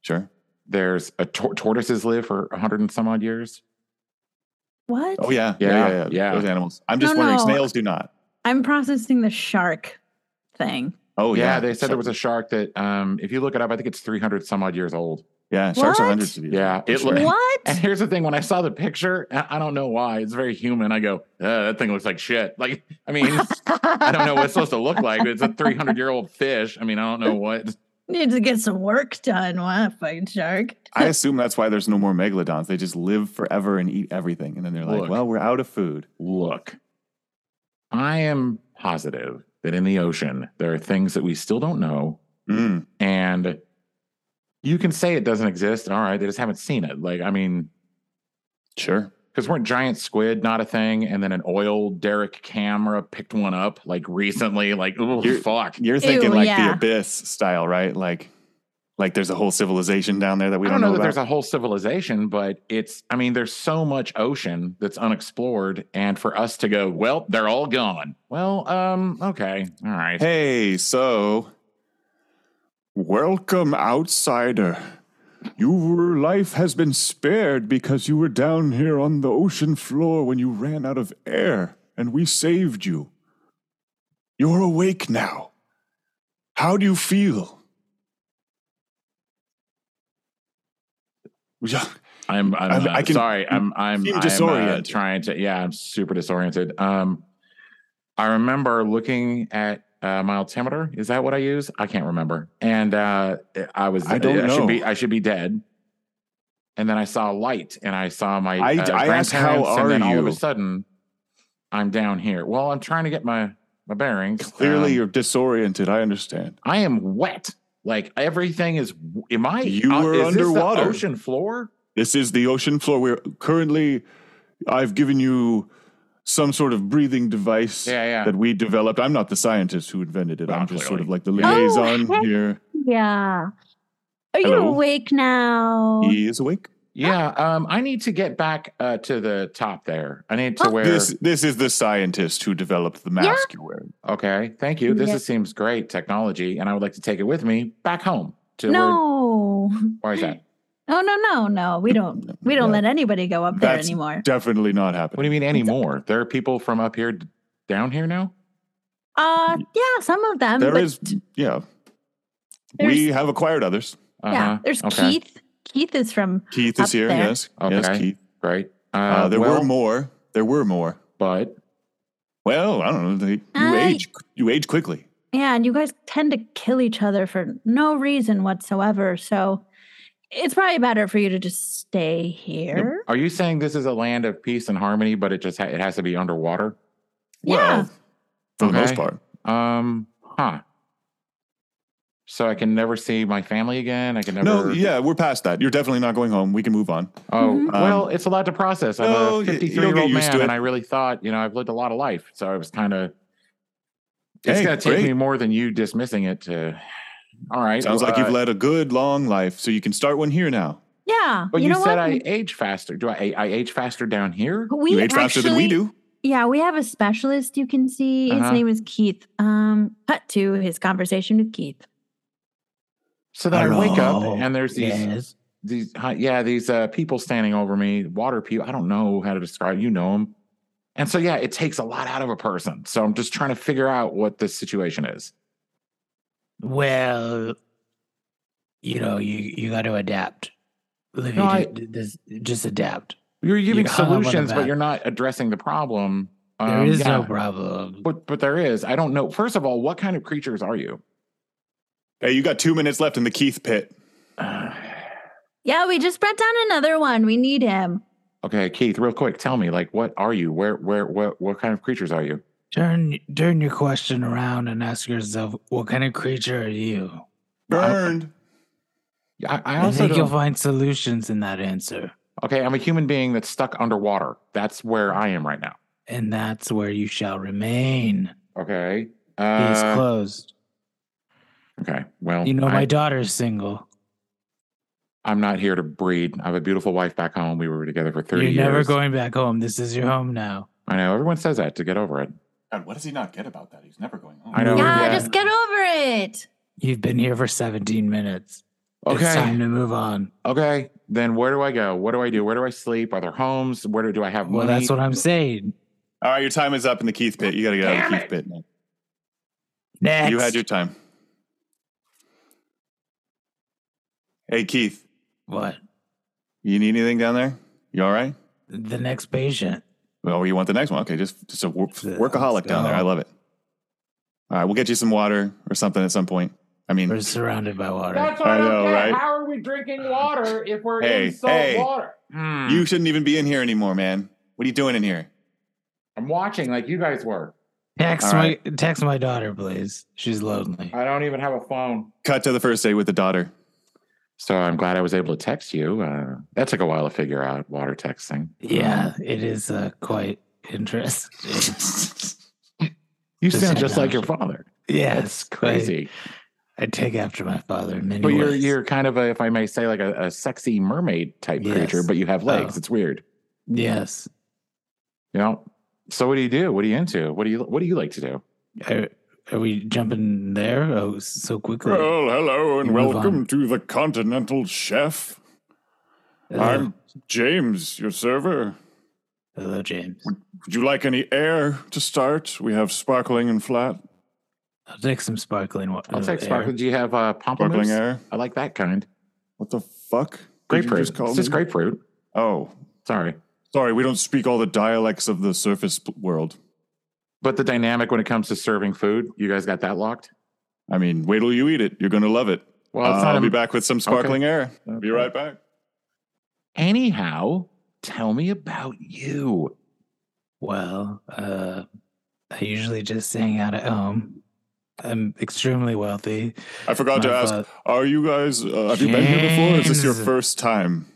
S3: Sure.
S1: there's a tor- tortoises live for a hundred and some odd years.
S4: What?
S3: Oh yeah,
S1: Yeah,
S3: yeah,
S1: yeah.
S3: Those animals. I'm just
S4: No,
S3: wondering.
S4: no.
S3: Snails do not.
S4: I'm processing the shark thing.
S3: Oh yeah.
S1: yeah, they said there was a shark that um, if you look it up, I think it's three hundred some odd years old.
S3: Yeah, sharks are
S4: What?
S3: hundreds of years.
S1: Yeah,
S3: old, for
S1: it
S3: sure.
S1: looked- And
S3: [laughs]
S4: What?
S1: here's the thing: when I saw the picture, I I don't know why it's very human. I go, "Uh, that thing looks like shit. Like, I mean, I don't know what it's supposed to look like. But it's a 300 year old fish. I mean, I don't know what.
S4: [laughs] Need to get some work done. What fucking shark?
S3: I assume that's why there's no more megalodons. They just live forever and eat everything, and then they're like,
S1: Look.
S3: "Well, we're out of food."
S1: Look, I am positive that in the ocean there are things that we still don't know,
S3: Mm.
S1: and you can say it doesn't exist. All right, they just haven't seen it. Like, I mean,
S3: Sure.
S1: because weren't giant squid not a thing, and then an oil derrick camera picked one up like recently. Like, oh
S3: You're-
S1: fuck.
S3: You're thinking like the
S4: yeah.
S3: abyss style, right? Like, like there's a whole civilization down there that we
S1: I
S3: don't,
S1: don't know,
S3: know,
S1: that
S3: about.
S1: there's a whole civilization, but it's, I mean, there's so much ocean that's unexplored. And for us to go, well, they're all gone. Well, um, okay. All right.
S3: Hey, so welcome, outsider. Your life has been spared because you were down here on the ocean floor when you ran out of air, and we saved you. You're awake now. How do you feel? Yeah,
S1: I'm, I'm,
S3: I'm-
S1: uh,
S3: I can-
S1: sorry. I'm, I'm,
S3: seem
S1: I'm uh,
S3: disoriented.
S1: trying to, yeah, I'm super disoriented. Um, I remember looking at uh, my altimeter. Is that what I use? I can't remember. And uh, I was,
S3: I don't know.
S1: should be, I should be dead. And then I saw a light, and I saw my
S3: I-
S1: uh,
S3: I asked, "How
S1: grandparents," and then
S3: are
S1: all of
S3: you?
S1: a sudden, I'm down here. Well, I'm trying to get my my bearings.
S3: [laughs] clearly
S1: Um,
S3: you're disoriented. I understand.
S1: I am wet. Like everything is. Am I?
S3: You
S1: uh,
S3: were
S1: is this the
S3: underwater.
S1: ocean floor.
S3: This is the ocean floor. We're currently, I've given you some sort of breathing device
S1: Yeah, yeah.
S3: that we developed. I'm not the scientist who invented it.
S1: Well,
S3: I'm just sort
S1: clearly.
S3: of like the
S1: Yeah.
S3: liaison
S4: Oh, heck.
S3: here.
S4: Yeah. Are you
S3: Hello?
S4: awake now?
S3: He is awake.
S1: Yeah, um, I need to get back uh, to the top there. I need to
S4: Oh.
S1: wear.
S3: This this is the scientist who developed the mask you're wearing.
S1: okay, thank you. This
S4: Yeah.
S1: is, seems great technology, and I would like to take it with me back home to
S4: No.
S1: where. Why is that?
S4: [laughs] Oh no no no. We don't we don't
S3: No.
S4: let anybody go up there
S3: That's-
S4: anymore.
S3: Definitely not
S1: What
S3: happening.
S1: do you mean anymore? There are people from up here d- down here now.
S4: Uh yeah, some of them.
S3: There
S4: Um, but
S3: is, yeah.
S4: there's-
S3: We have acquired others.
S4: yeah, there's
S1: Uh-huh. okay.
S4: Keith. Keith is from
S3: Keith
S4: Up
S3: is here.
S4: there.
S3: Yes. Yes,
S1: Okay.
S3: Keith.
S1: Right. Uh,
S3: Uh, there were
S1: well,
S3: more. There were more.
S1: but
S3: Well, I don't know. They, you
S4: I-
S3: age. You age quickly.
S4: yeah, and you guys tend to kill each other for no reason whatsoever. So it's probably better for you to just stay here.
S1: are you saying this is a land of peace and harmony, but it just ha- it has to be underwater?
S3: Well,
S4: Yeah.
S3: for the most
S1: Okay.
S3: part.
S1: Um, huh. So I can never see my family again. I can never.
S3: No, yeah, we're past that. You're definitely not going home. We can move on.
S1: Oh
S4: Mhm.
S1: well, it's a lot to process. I'm
S3: um, No,
S1: a
S3: y- you'll get
S1: 53 year old
S3: used to
S1: man, and
S3: it.
S1: I really thought, you know, I've lived a lot of life, so I was kind of. It's
S3: Hey,
S1: going to take
S3: great.
S1: me more than you dismissing it to. All right,
S3: Sounds like you've
S1: uh,
S3: led a good long life, so you can start one here now.
S4: Yeah.
S1: But you,
S4: know
S1: said
S4: what?
S1: I age faster. Do I? I age faster down here.
S4: we
S3: you age faster than we
S4: actually-
S3: do.
S4: Yeah, we have a specialist you can see. His
S1: Uh-huh.
S4: name is Keith. Um, cut to his conversation with Keith.
S1: So then I wake up,
S4: Oh,
S5: Hello.
S1: and there's these
S5: Yes.
S1: these hi- yeah these uh, people standing over me water people i don't know how to describe you know them and so yeah it takes a lot out of a person so i'm just trying to figure out what this situation is
S5: Well, you know, you you got to adapt. Livy,
S1: No, I-
S5: ju- this- just adapt.
S1: you're giving
S5: hung up on the
S1: solutions but
S5: bat.
S1: you're not addressing the problem
S5: There
S1: Um,
S5: is
S1: yeah,
S5: no problem.
S1: but but there is i don't know first of all what kind of creatures are you
S5: [sighs]
S3: Hey, you got two minutes left in the Keith pit.
S1: Uh,
S4: Yeah, we just brought down another one. We need him.
S1: Okay, Keith, real quick, tell me, like, what are you? Where, where, what, what kind of creatures are you?
S5: Turn turn your question around and ask yourself, what kind of creature are you?
S3: Burned.
S1: I, I
S5: I,
S1: also
S5: think you'll
S1: don't,
S5: find solutions in that answer,
S1: okay. I'm a human being that's stuck underwater. That's where I am right now.
S5: and that's where you shall remain.
S1: Okay.
S5: Case
S1: Uh,
S5: closed.
S1: okay. Well,
S5: You know,
S1: I,
S5: my daughter's single.
S1: I'm not here to breed. I have a beautiful wife back home. We were together for 30
S5: You're
S1: years.
S5: never going back home. This is your home now.
S1: I know everyone says that to get over it.
S3: God, what does he not get about that? He's never going home.
S1: I know.
S4: yeah,
S1: Oh, yeah.
S4: just get over it.
S5: You've been here for 17 minutes. It's time
S1: Okay.
S5: to move on.
S1: Okay. Then where do I go? What do I do? Where do I sleep? Are there homes? Where do, do I have money?
S5: Well, that's what I'm saying.
S3: All right, your time is up in the Keith pit. You got to get out of the Keith pit. man.
S5: Next.
S3: You had your time. Hey, Keith,
S5: what?
S3: you need anything down there? You all right?
S5: The next patient.
S3: Well, you want the next one? Okay, just just a wor-
S5: Yeah,
S3: workaholic
S5: let's
S3: down there.
S5: go.
S3: I love it. All right, we'll get you some water or something at some point. I mean,
S5: We're surrounded by water.
S1: That's what
S3: I
S1: I
S3: know,
S1: don't get.
S3: right?
S1: How are we [sighs] drinking water if we're
S3: Hey,
S1: in salt
S3: hey.
S1: water? Hmm.
S3: you shouldn't even be in here anymore, man. What are you doing in here?
S1: I'm watching like you guys were.
S5: Text
S3: All right.
S5: my text my daughter, please. She's lonely.
S1: I don't even have a phone.
S3: Cut to the first day with the daughter.
S1: So I'm glad I was able to text you. Uh, that took a while to figure out water texting.
S5: Yeah, it is uh, quite
S1: [laughs]
S5: interesting.
S1: You
S5: Just
S1: sound just like
S5: technology.
S1: your father.
S5: yeah,
S1: That's crazy.
S5: I, I take after my father in many
S1: But you're
S5: ways.
S1: you're kind of a, if I may say, like a, a sexy mermaid type
S5: Yes.
S1: creature, but you have legs.
S5: Oh.
S1: It's weird.
S5: yes,
S1: You know. So what do you do? What are you into? What do you what do you like to do?
S5: are, are we jumping there? Oh, so quickly.
S3: hello
S5: and Move welcome on.
S3: to the Continental Chef.
S5: hello,
S3: James, your server.
S5: hello, James.
S3: Would you like any air to start? We have sparkling and flat.
S5: I'll take some sparkling water.
S1: I'll take sparkling. Do you have uh,
S3: Sparkling
S1: pomegranate?
S3: air.
S1: I like that kind.
S3: What the fuck? Did you
S1: Grapefruit.
S3: call
S1: it's just
S3: me-
S1: grapefruit.
S3: Oh,
S1: Sorry.
S3: sorry. We don't speak all the dialects of the surface p- world.
S1: But the dynamic when it comes to serving food, you guys got that locked.
S3: I mean, wait till you eat it. You're gonna love it.
S1: Well, it's
S3: Uh,
S1: not.
S3: I'll
S1: a-
S3: be back with some sparkling air. Be right back.
S1: Anyhow, tell me about you.
S5: Well, uh, I usually just hang out at home. I'm extremely wealthy.
S3: I forgot to
S5: My
S3: ask.
S5: fa-
S3: Are you guys? Uh, have you been here before? Is this your
S5: James.
S3: first time?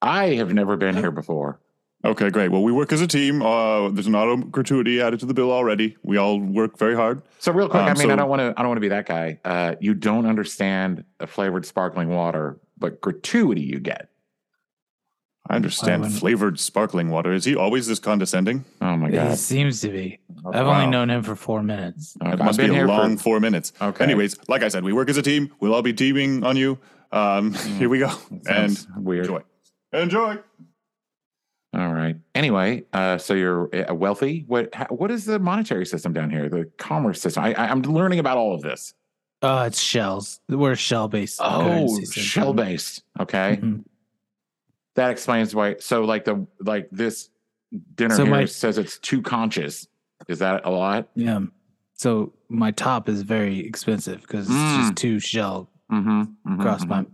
S1: I have never been here before.
S3: Okay, great. Well, we work as a team. Uh, there's an auto gratuity added to the bill already. We all work very hard.
S1: So real quick,
S3: Um,
S1: I mean,
S3: so-
S1: I don't want to. I don't want to be that guy. Uh, you don't understand a flavored sparkling water, but gratuity you get.
S3: I understand
S5: wouldn't-
S3: flavored sparkling water. Is he always this condescending?
S1: Oh my
S5: It
S1: god!
S5: seems to be.
S1: Oh,
S5: I've
S1: wow.
S5: only known him for four minutes.
S1: Okay,
S3: It must be a long four minutes.
S1: okay.
S3: Anyways, like I said, we work as a team. We'll all be teaming on you. Um, [laughs] Here we go. And
S1: Sounds weird.
S3: enjoy. Enjoy.
S1: All right. Anyway, uh, so you're uh, wealthy. What? How, what is the monetary system down here? The commerce system. I, I, I'm learning about all of this.
S5: Oh, it's shells. We're shell based.
S1: Oh, eh? shell based. Okay,
S5: Mm-hmm.
S1: that explains why. So like the like this dinner
S5: So
S1: here
S5: my-
S1: says it's two conches. Is that a lot?
S5: Yeah. So my top is very expensive because it's
S1: Mm.
S5: just two shell
S1: Mm-hmm.
S5: across my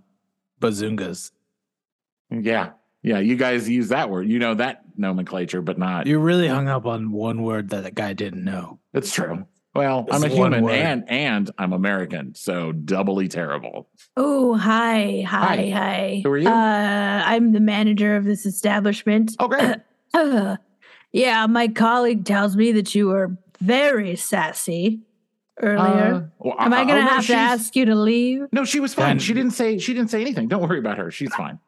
S5: bazungas.
S1: Yeah. Yeah. You guys use that word. You know that nomenclature, but not.
S5: You're really hung up on one word that that guy didn't know.
S1: It's true. Well,
S5: It's
S1: I'm a
S5: one
S1: human
S5: word.
S1: and and I'm American, so doubly terrible.
S4: Oh, hi,
S1: Hi.
S4: hi, hi.
S1: Who are you?
S4: Uh, I'm the manager of this establishment.
S1: Oh, great.
S4: Uh, [coughs] yeah, my colleague tells me that you were very sassy earlier.
S1: well,
S4: Am I going
S1: oh,
S4: to
S1: no,
S4: have to
S1: she's-
S4: ask you to leave?
S1: No, she was fine.
S5: Then-
S1: She didn't say she didn't say anything. Don't worry about her. She's fine.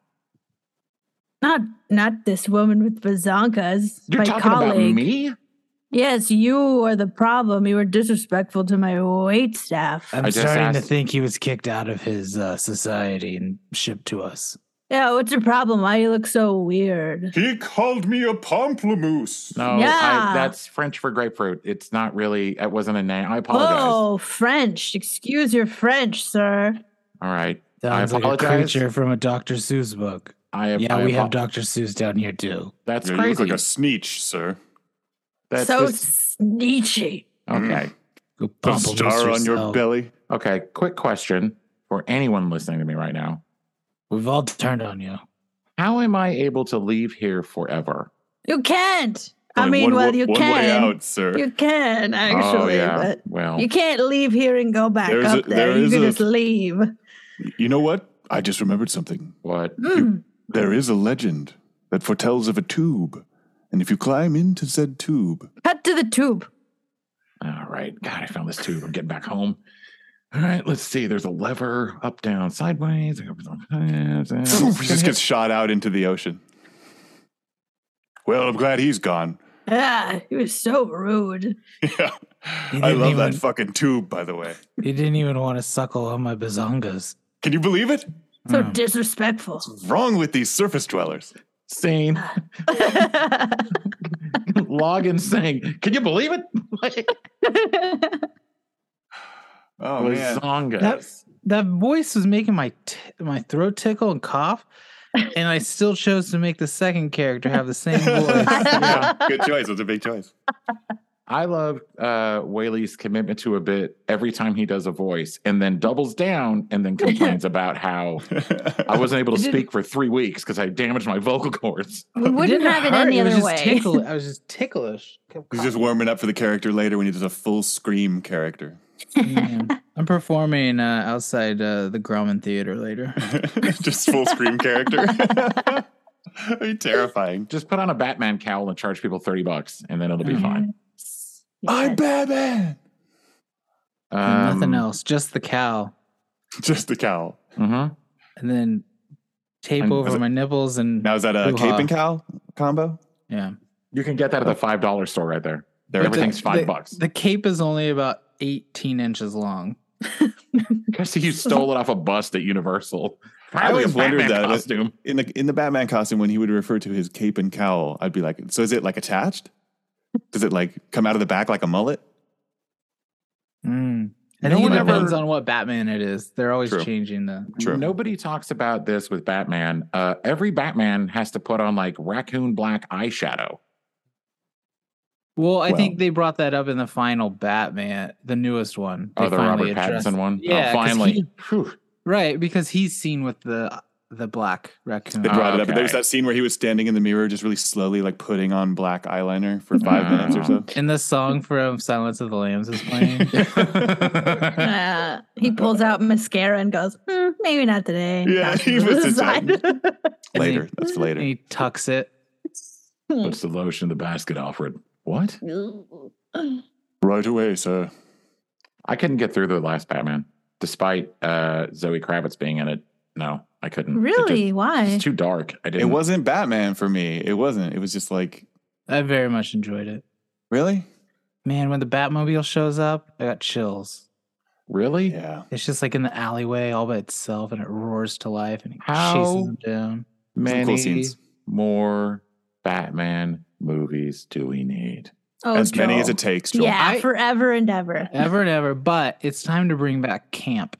S4: Not, not this woman with bazankas.
S1: You're
S4: my
S1: talking
S4: colleague.
S1: about me?
S4: Yes, you are the problem. You were disrespectful to my wait staff.
S5: I'm
S1: I just
S5: starting to
S1: asked-
S5: think he was kicked out of his uh, society and shipped to us.
S4: yeah, what's your problem? Why you look so weird?
S3: He called me a pamplemousse.
S1: No, I,
S4: Yeah.
S1: that's French for grapefruit. It's not really. It wasn't a name. I apologize.
S4: Oh, French. Excuse your French, sir.
S1: All right.
S5: Sounds like a
S1: apologize.
S5: creature from a Dr. Seuss book.
S1: I have.
S5: yeah,
S1: I
S5: we
S1: apo-
S5: have Dr. Seuss down here too.
S1: That's
S3: you look
S1: crazy.
S3: like a sneech, sir.
S1: that's
S4: so
S1: just-
S4: sneechy.
S1: okay.
S5: Go
S3: A
S5: pump 'em,
S3: star
S5: Mr.
S3: on your
S5: Sell.
S3: belly.
S1: Okay. Quick question for anyone listening to me right now.
S5: We've all turned on you.
S1: How am I able to leave here forever?
S4: You can't. I
S3: Only
S4: mean,
S3: one,
S4: well,
S3: wa-
S4: you
S3: one way
S4: can.
S3: out, [laughs] sir.
S4: You can actually,
S1: oh, yeah.
S4: but
S1: well,
S4: you can't leave here and go back
S3: There's
S4: up
S3: a-
S4: there.
S3: there
S4: you
S3: is
S4: can
S3: a-
S4: just leave.
S3: you know what? I just remembered something.
S1: what?
S4: Mm.
S3: There is a legend that foretells of a tube, and if you climb into said tube,
S4: Cut to the tube.
S1: All right. God, I found this tube. I'm getting back home. All right, let's see. There's a lever up, down, sideways.
S3: Poof, [laughs] he just
S1: Just
S3: gets shot out into the ocean. Well, I'm glad he's gone.
S4: Ah, he was so rude.
S3: Yeah.
S5: He
S3: I
S5: didn't
S3: love that
S5: even-
S3: fucking tube, by the way.
S5: He didn't even want to suckle on my bazongas.
S3: Can you believe it?
S4: So
S3: Hmm.
S5: Mm.
S3: [laughs]
S4: disrespectful. [laughs]
S3: What's wrong with these surface dwellers?
S1: Sane. [laughs] Log in saying, Can you believe it? [laughs] Like,
S3: Oh, man.
S1: Lazongas.
S5: That's- that voice was making my t- my throat tickle
S4: [laughs]
S5: and cough, and I still chose to make the second character have
S1: [laughs]
S5: the same voice.
S3: [laughs] Yeah, Good choice. It's a big
S5: [laughs]
S3: choice. [laughs]
S1: I love uh, Whaley's commitment to a bit every time he does a voice and then doubles down and then [laughs] complains about how I wasn't able to
S5: It didn't-
S1: speak for three weeks because I damaged my vocal cords.
S4: we wouldn't
S5: didn't
S4: have it
S5: hurt,
S4: any
S5: was
S4: other
S5: just
S4: way. [laughs]
S5: tickle- I was just ticklish. Kept
S3: He's just
S5: coughing.
S3: warming up for the character later when he does a full scream character. [laughs]
S5: Yeah. I'm performing uh, outside uh, the Grauman Theater later. [laughs]
S3: just full scream character. [laughs] That'd be terrifying.
S1: Just put on a Batman cowl and charge people 30 bucks and then it'll be
S5: Yeah.
S1: fine.
S3: I'm Batman.
S5: And nothing
S1: Um,
S5: else, just the cow,
S3: Just the cowl.
S1: mhm.
S5: and then tape
S1: And-
S5: over my nipples and
S3: Now is that a
S5: Hoo-ha.
S3: cape and cowl combo?
S5: yeah.
S1: You can get that at
S3: Oh.
S1: the $5 store right there.
S3: There
S5: But the-
S1: Everything's five
S5: the-
S1: bucks. [laughs]
S5: The cape is only about 18 inches long.
S1: I see you stole it off a bust at Universal.
S3: I
S1: Probably
S3: always
S1: a
S3: wondered
S1: Batman
S3: that.
S1: Costume.
S3: in the in the Batman costume when he would refer to his cape and cowl, I'd be like, so is it like attached? Does it like come out of the back like a mullet?
S5: Mm. I
S1: No
S5: think
S1: one
S5: it
S1: ever-
S5: depends on what Batman it is. They're always
S3: True.
S5: changing the.
S3: True.
S1: Nobody talks about this with Batman. Uh, every Batman has to put on like raccoon black eyeshadow.
S5: Well, I
S3: Well-
S5: think they brought that up in the final Batman, the newest one. They
S1: Oh, the Robert
S5: finally addressed-
S1: Pattinson one.
S5: Yeah,
S1: oh,
S5: 'cause
S1: finally.
S5: he-
S1: Phew.
S5: right? Because he's seen with the the black raccoon.
S3: They brought it up.
S1: okay.
S3: But there's that scene where he was standing in the mirror, just really slowly like putting on black eyeliner for five
S1: Ah.
S3: minutes or so.
S5: and the song from Silence of the Lambs is
S1: [laughs]
S5: playing. [laughs]
S1: yeah,
S4: Uh, he pulls out mascara and goes, "Hmm, maybe not today.
S3: Yeah,
S4: Tosses
S3: he
S4: [laughs] it
S3: was
S4: aside.
S3: Later, that's
S5: and
S3: later.
S5: he tucks it.
S1: Puts the lotion in the basket, Alfred. What?
S3: Right away, sir.
S1: I couldn't get through the last Batman, despite uh, Zoe Kravitz being in it. No, I couldn't. It
S4: really?
S1: just-
S4: Why?
S1: it's too dark. I didn't.
S3: It wasn't Batman for me. It wasn't. It was just like,
S5: I very much enjoyed it.
S3: really?
S5: Man, when the Batmobile shows up, I got chills.
S1: really.
S3: Yeah.
S5: It's just like in the alleyway all by itself, and it roars to life, and it
S1: How-
S5: chases them down.
S3: Some
S1: Many
S3: cool scenes.
S1: more Batman movies do we need?
S4: Oh,
S3: as many as
S4: Joel.
S3: it takes, Joel.
S4: Yeah,
S5: I-
S4: forever and ever.
S5: Ever and ever, but it's time to bring back camp.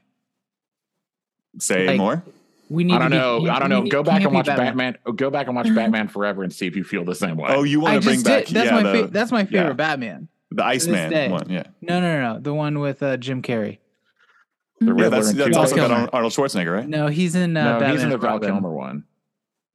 S3: Say
S5: Like-
S3: more.
S5: We need.
S1: I don't
S5: to get-
S1: know.
S5: we
S1: I don't know.
S5: need
S1: Go back and
S5: campy
S1: watch Batman. Oh, Go back and
S5: Mm-hmm.
S1: watch Batman Forever and see if you feel the same way.
S3: Oh, you
S5: I
S3: want to bring
S5: just
S3: back
S5: did. That's
S3: yeah,
S5: my
S3: the,
S5: fa- that's my favorite
S3: yeah.
S5: Batman.
S3: the
S5: day.
S3: Iceman one. Yeah.
S5: No, no, no, no, the one with uh, Jim Carrey.
S1: the
S3: Yeah,
S1: Riddler
S3: that's,
S1: and
S3: that's
S1: Val
S3: also got
S5: Kilmer.
S3: Ar- Arnold Schwarzenegger, right?
S5: No, he's in uh,
S1: no,
S5: Batman.
S1: he's in the
S5: and
S1: Val
S5: Robin.
S1: Kilmer one.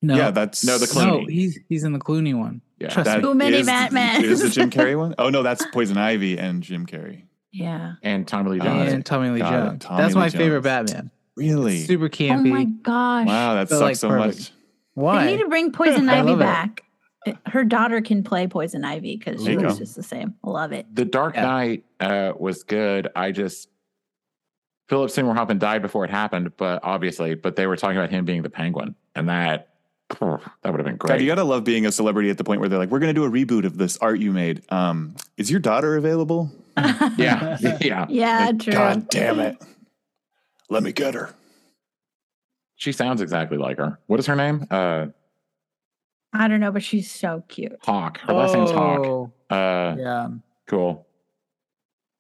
S5: No,
S3: Yeah, that's
S1: No, the Clooney.
S5: no, he's he's in the Clooney one.
S1: Yeah.
S3: [laughs]
S5: Trust
S3: That
S5: me.
S4: Too many
S3: is the-
S4: Batmans.
S3: Is the Jim Carrey one? Oh no, that's Poison Ivy and Jim Carrey.
S4: Yeah.
S1: And Tommy Lee
S3: Oh,
S1: Jones.
S5: and Tommy Lee
S3: Got it.
S5: Jones.
S3: Tommy
S5: that's my
S3: Lee
S5: favorite
S3: Jones.
S5: Batman.
S3: Really?
S5: Super
S4: Oh
S5: campy.
S4: my gosh.
S3: wow, that
S5: but,
S3: sucks
S5: like,
S3: so
S5: perfect. Why?
S4: They need to bring Poison
S5: I
S4: Ivy
S5: love it.
S4: back. Her daughter can play Poison Ivy because
S3: There
S4: she
S3: you
S4: looks
S3: go.
S4: just the same. Love it.
S1: The Dark
S5: Yeah.
S1: Knight uh, was good. I just Philip Seymour Hoffman died before it happened, but obviously, but they were talking about him being the Penguin, and that that would have been
S3: much. God,
S1: great.
S3: you gotta love being a celebrity at the point where they're like, "We're gonna do a reboot of this art you made. Um, is your daughter available?"
S1: [laughs]
S4: [laughs]
S3: [laughs]
S1: yeah, [laughs] yeah.
S4: Yeah, Ah,
S3: Mm.
S4: true.
S3: God damn it! Let me get her.
S1: She sounds exactly like her. What is her name? Uh,
S4: I don't know, but she's so cute.
S1: Hawk. Her last name's Hawk.
S5: Oh,
S1: Uh,
S5: Yeah.
S1: cool.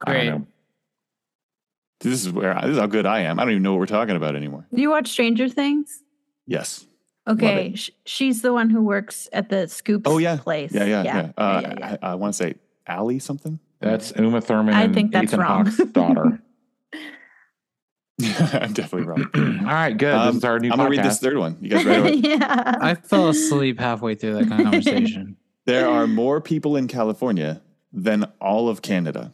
S1: I
S5: Great.
S1: don't know.
S3: This is where I, this is how good I am. I don't even know what we're talking about anymore.
S4: Do you watch Stranger Things?
S3: Yes.
S4: Okay, sh- she's the one who works at the Scoops
S3: Oh, yeah.
S4: place.
S3: Yeah. Yeah. Yeah. Uh,
S4: yeah, yeah.
S3: I, I want to say Allie something.
S1: That's Uma Thurman
S4: I
S1: and
S4: think that's [laughs]
S1: Ethan
S4: wrong.
S1: Hawke's daughter.
S3: [laughs] I'm definitely
S4: [laughs]
S3: wrong.
S1: All right, good.
S3: Um,
S1: this is our new
S3: I'm
S1: podcast.
S3: gonna read this third one. You guys ready?
S4: yeah.
S5: I fell asleep halfway through
S4: [laughs]
S5: that conversation.
S3: There are more people in California than all of Canada.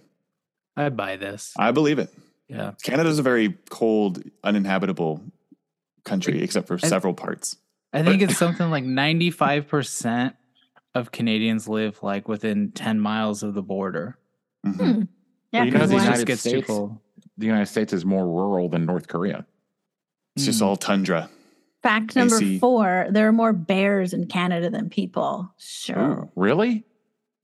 S5: I buy this.
S3: I believe it.
S5: Yeah.
S3: Canada's a very cold, uninhabitable country, except for several parts.
S5: I think it's something like 95% of Canadians live like within 10 miles of the border.
S3: Mhm.
S4: yeah,
S1: you know
S5: Because
S1: the
S5: it
S4: why-
S1: United
S5: just gets too
S1: States-
S5: cold.
S1: the United States is more rural than North Korea.
S3: It's just
S1: Hmm.
S5: Mm.
S3: all tundra.
S4: fact number
S3: AC.
S4: four there are more bears in Canada than people. Sure.
S3: Ooh.
S1: Really?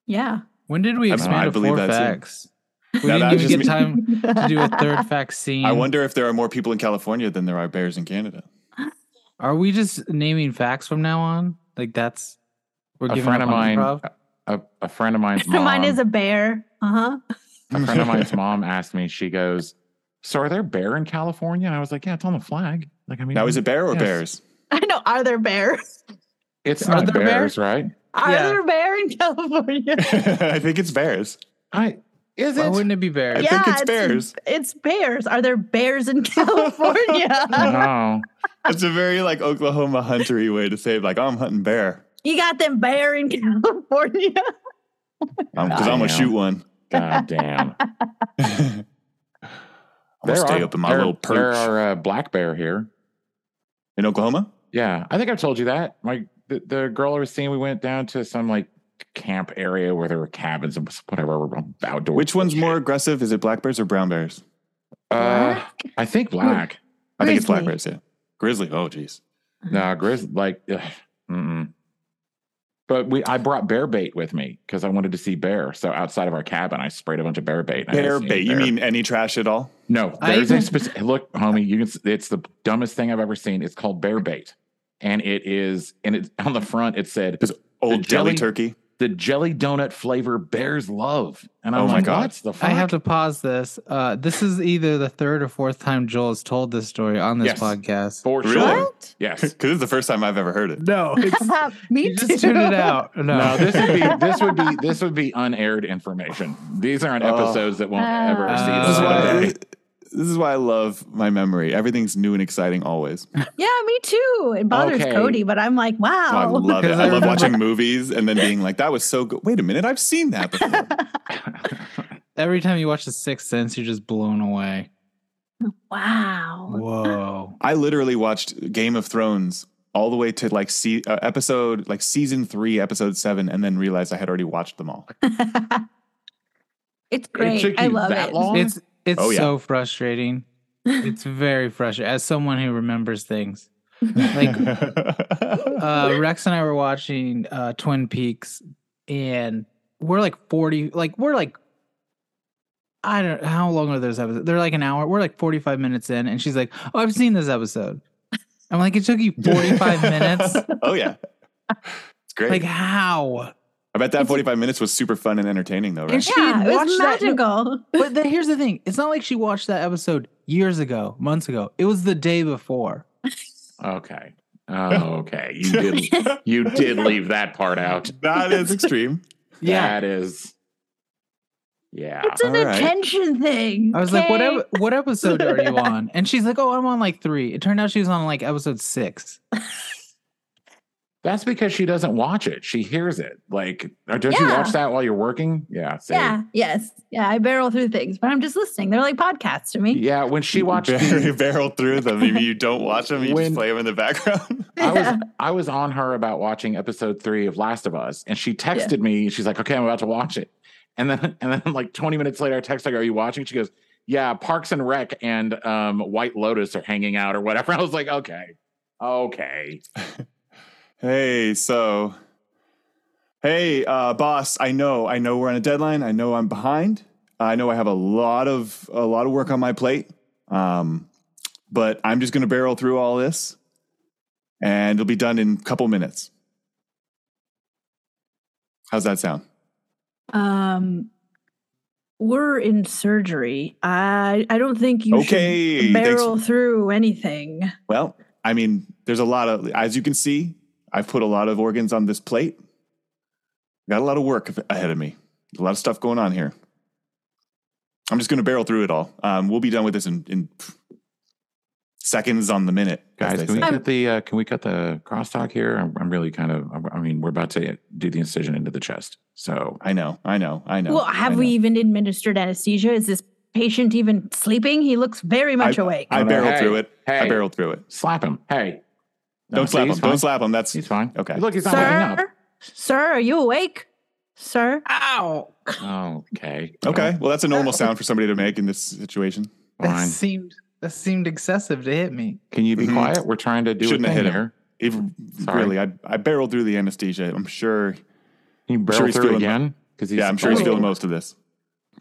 S4: Yeah.
S5: When did we
S3: I-
S5: expand
S3: I
S5: to
S3: believe
S5: four
S3: that's it.
S5: facts? We
S3: No,
S5: didn't
S3: that's
S5: even
S3: just
S5: get
S3: me.
S4: [laughs]
S5: time to do a third vaccine.
S1: Hmm.
S3: I wonder if there are more people in California than there are bears in Canada.
S5: Are we just naming facts from now on? Like that's we're
S1: A
S5: giving
S1: friend
S5: up
S1: of
S5: on
S1: mine,
S5: improv?
S1: a, a- a friend of mine's mom,
S4: [laughs] Mine is a bear. Uh
S1: a friend of mine's mom asked me. She goes, "So are there bear in California?" And I was like, "Yeah, it's on the flag." Like, I mean,
S3: [laughs] Now, is it bear or
S1: Yes.
S3: bears? [laughs]
S4: huh. [laughs] I know. Are there bears?
S1: It's
S5: Are
S1: not
S5: there
S1: bears, right?
S4: Are
S5: Yeah.
S4: there bear in [laughs] California?
S3: I think it's bears.
S1: I is
S5: Why
S1: it?
S5: wouldn't it be bears?
S3: I think it's bears.
S4: It's bears. Are there bears
S1: [laughs]
S4: in [laughs] California?
S1: [laughs] no,
S3: It's a very like Oklahoma huntery way to say like I'm hunting bear
S4: you got them bear in California.
S3: because Um, I'm
S1: I know.
S3: gonna shoot one.
S1: god damn.
S3: I'm gonna stay up in my
S1: there-
S3: little
S1: There
S3: perch
S1: are uh, black bear here.
S3: in Oklahoma.
S1: Yeah, I think I've told you that. My the, the girl I was seeing, we went down to some like camp area where there were cabins and whatever outdoor.
S3: Which one's
S1: Oh, shit.
S3: more aggressive? Is it black bears or brown bears?
S1: Uh, I think black.
S3: I think it's black
S4: Grizzly.
S3: bears. Yeah, grizzly. Oh, jeez.
S1: No, Grizz like, ugh, mm-mm. but we I brought bear bait with me because I wanted to see bear. So outside of our cabin, I sprayed a bunch of bear bait. and I didn't
S3: Bear
S1: see any
S3: bait. You
S1: bear.
S3: mean any trash at all?
S1: no?
S5: I
S1: There's a
S5: even-
S1: specific look, homie. You can. s- It's the dumbest thing I've ever seen. It's called bear bait, and it is, and it's on the front. It said
S3: Old
S1: The
S3: jelly,
S1: jelly-
S3: turkey.
S1: the jelly donut flavor bears love, and I'm
S3: Oh my
S1: like,
S3: God.
S1: what's the fuck?
S5: I have to pause this. Uh, this is either the third or fourth time Joel has told this story on this
S1: Yes.
S5: podcast.
S1: for
S3: Really?
S1: sure.
S4: What?
S3: [laughs]
S4: [laughs]
S1: Yes.
S3: Because it's the first time I've ever heard it.
S5: [laughs] No, it's,
S4: Me
S5: you
S4: too.
S5: just tuned it out. No,
S1: No, this would be this would be this would
S3: [laughs]
S1: be unaired information. These aren't
S3: Oh.
S1: episodes that won't
S4: Oh.
S1: ever see the
S5: Uh,
S3: This is
S1: light of
S3: why.
S1: day.
S3: This is why I love my memory. Everything's new and exciting always.
S4: Yeah, me too. It bothers
S1: Okay.
S4: Cody, but I'm like,
S3: Oh, I
S4: wow.
S3: love it.
S5: 'Cause
S3: I,
S5: I
S3: love
S5: remember- [laughs]
S3: watching movies and then being like, "That was so good." Wait a minute, I've seen that
S5: [laughs]
S3: before.
S5: [laughs] every time you watch The Sixth Sense, you're just blown away.
S4: wow.
S5: Whoa.
S3: I literally watched Game of Thrones all the way to like see uh, episode like season three, episode seven, and then realized I had already watched them all.
S4: it's
S1: It
S4: great.
S1: took
S4: I
S1: you
S4: love
S1: that
S4: it.
S1: long?
S5: It's it's
S3: Oh, yeah.
S5: so frustrating. It's very frustrating as someone who remembers things.
S3: [laughs]
S5: Like uh, Rex and I were watching uh, Twin Peaks, and we're like forty, like we're like, I don't how long are those episodes? They're like an hour. We're like forty five minutes in, and she's like, "Oh, I've seen this episode." I'm like, "It took you
S3: [laughs]
S5: forty five minutes?
S3: oh yeah, it's great.
S5: Like how?"
S3: I bet that forty five minutes was super fun and entertaining though, right?
S5: It's- she
S4: yeah,
S5: had
S4: it was
S5: watched that-
S4: magical.
S5: But the, here's the thing: it's not like she watched that episode years ago, months ago. It was the day before.
S1: Okay. Oh, okay.
S3: [laughs]
S1: You did you did leave that part out.
S3: that is extreme.
S5: Yeah,
S1: That is Yeah.
S4: It's an
S3: All right.
S4: attention thing.
S5: I was like, what,
S4: okay?
S5: ep- what episode are you on? And she's like, oh, I'm on like three. It turned out she was on like episode six.
S1: That's because she doesn't watch it. She hears it. Like, or don't you
S4: Yeah.
S1: watch that while you're working? Yeah. see?
S4: Yeah, yes. Yeah, I barrel through things, but I'm just listening. They're like podcasts to me.
S1: Yeah. When she watched the-
S3: Bar- [laughs] barrel through them. If you don't watch them, you
S1: When-
S3: just play them in the background. [laughs]
S4: [laughs]
S1: I was I was on her about watching episode three of Last of Us, and she texted me. She's like, "Okay, I'm about to watch it," and then [laughs] and then like 20 minutes later, I text her, "Are you watching?" She goes, "Yeah, Parks and Rec and um, White Lotus are hanging out or whatever." [laughs] I was like, "Okay, okay,
S3: Hey, so hey, uh, boss. I know, I know we're on a deadline. I know I'm behind. I know I have a lot of a lot of work on my plate. Um, but I'm just gonna barrel through all this, and it'll be done in a couple minutes. How's that sound?
S4: Um, we're in surgery. I I don't think you
S3: okay.
S4: should
S3: Thanks.
S4: barrel through anything.
S3: Well, I mean, there's a lot of as you can see, I've put a lot of organs on this plate. Got a lot of work ahead of me. A lot of stuff going on here. I'm just going to barrel through it all. Um, we'll be done with this in, in seconds on the minute, as
S1: Guys,
S3: they
S1: can we
S3: say.
S1: cut the uh, can we cut the crosstalk here? I'm, I'm really kind of. I'm- I mean, we're about to do the incision into the chest, so
S3: I know, I know, I know.
S4: well, have
S3: I know.
S4: we even administered anesthesia? Is this patient even sleeping? He looks very much awake.
S3: I
S1: No, no,
S3: barreled
S1: hey,
S3: through it. I
S1: hey.
S3: barreled through it.
S1: slap him. Hey, No,
S3: Don't
S1: see,
S3: slap
S1: he's
S3: him. Don't
S1: fine.
S3: slap him. That's
S1: He's fine.
S3: Okay.
S1: Look, he's not waking up.
S4: sir, sir, are you awake? Sir,
S5: Ow!
S1: Oh, okay.
S3: okay. Well, that's a
S4: Uh,
S3: normal sound for somebody to make in this situation.
S5: That
S1: Fine.
S5: seemed that seemed excessive to hit me.
S1: Can you be
S3: Mhm.
S1: quiet? We're trying to do
S3: Shouldn't
S1: a
S3: have
S1: thing
S3: hit him.
S1: here.
S3: If
S1: Sorry.
S3: really, I, I barreled through the anesthesia. I'm sure.
S1: Can you barrel
S3: sure he's
S1: through
S3: feeling
S1: again? Because
S3: yeah, I'm sure he's
S4: Oh.
S3: feeling most of this.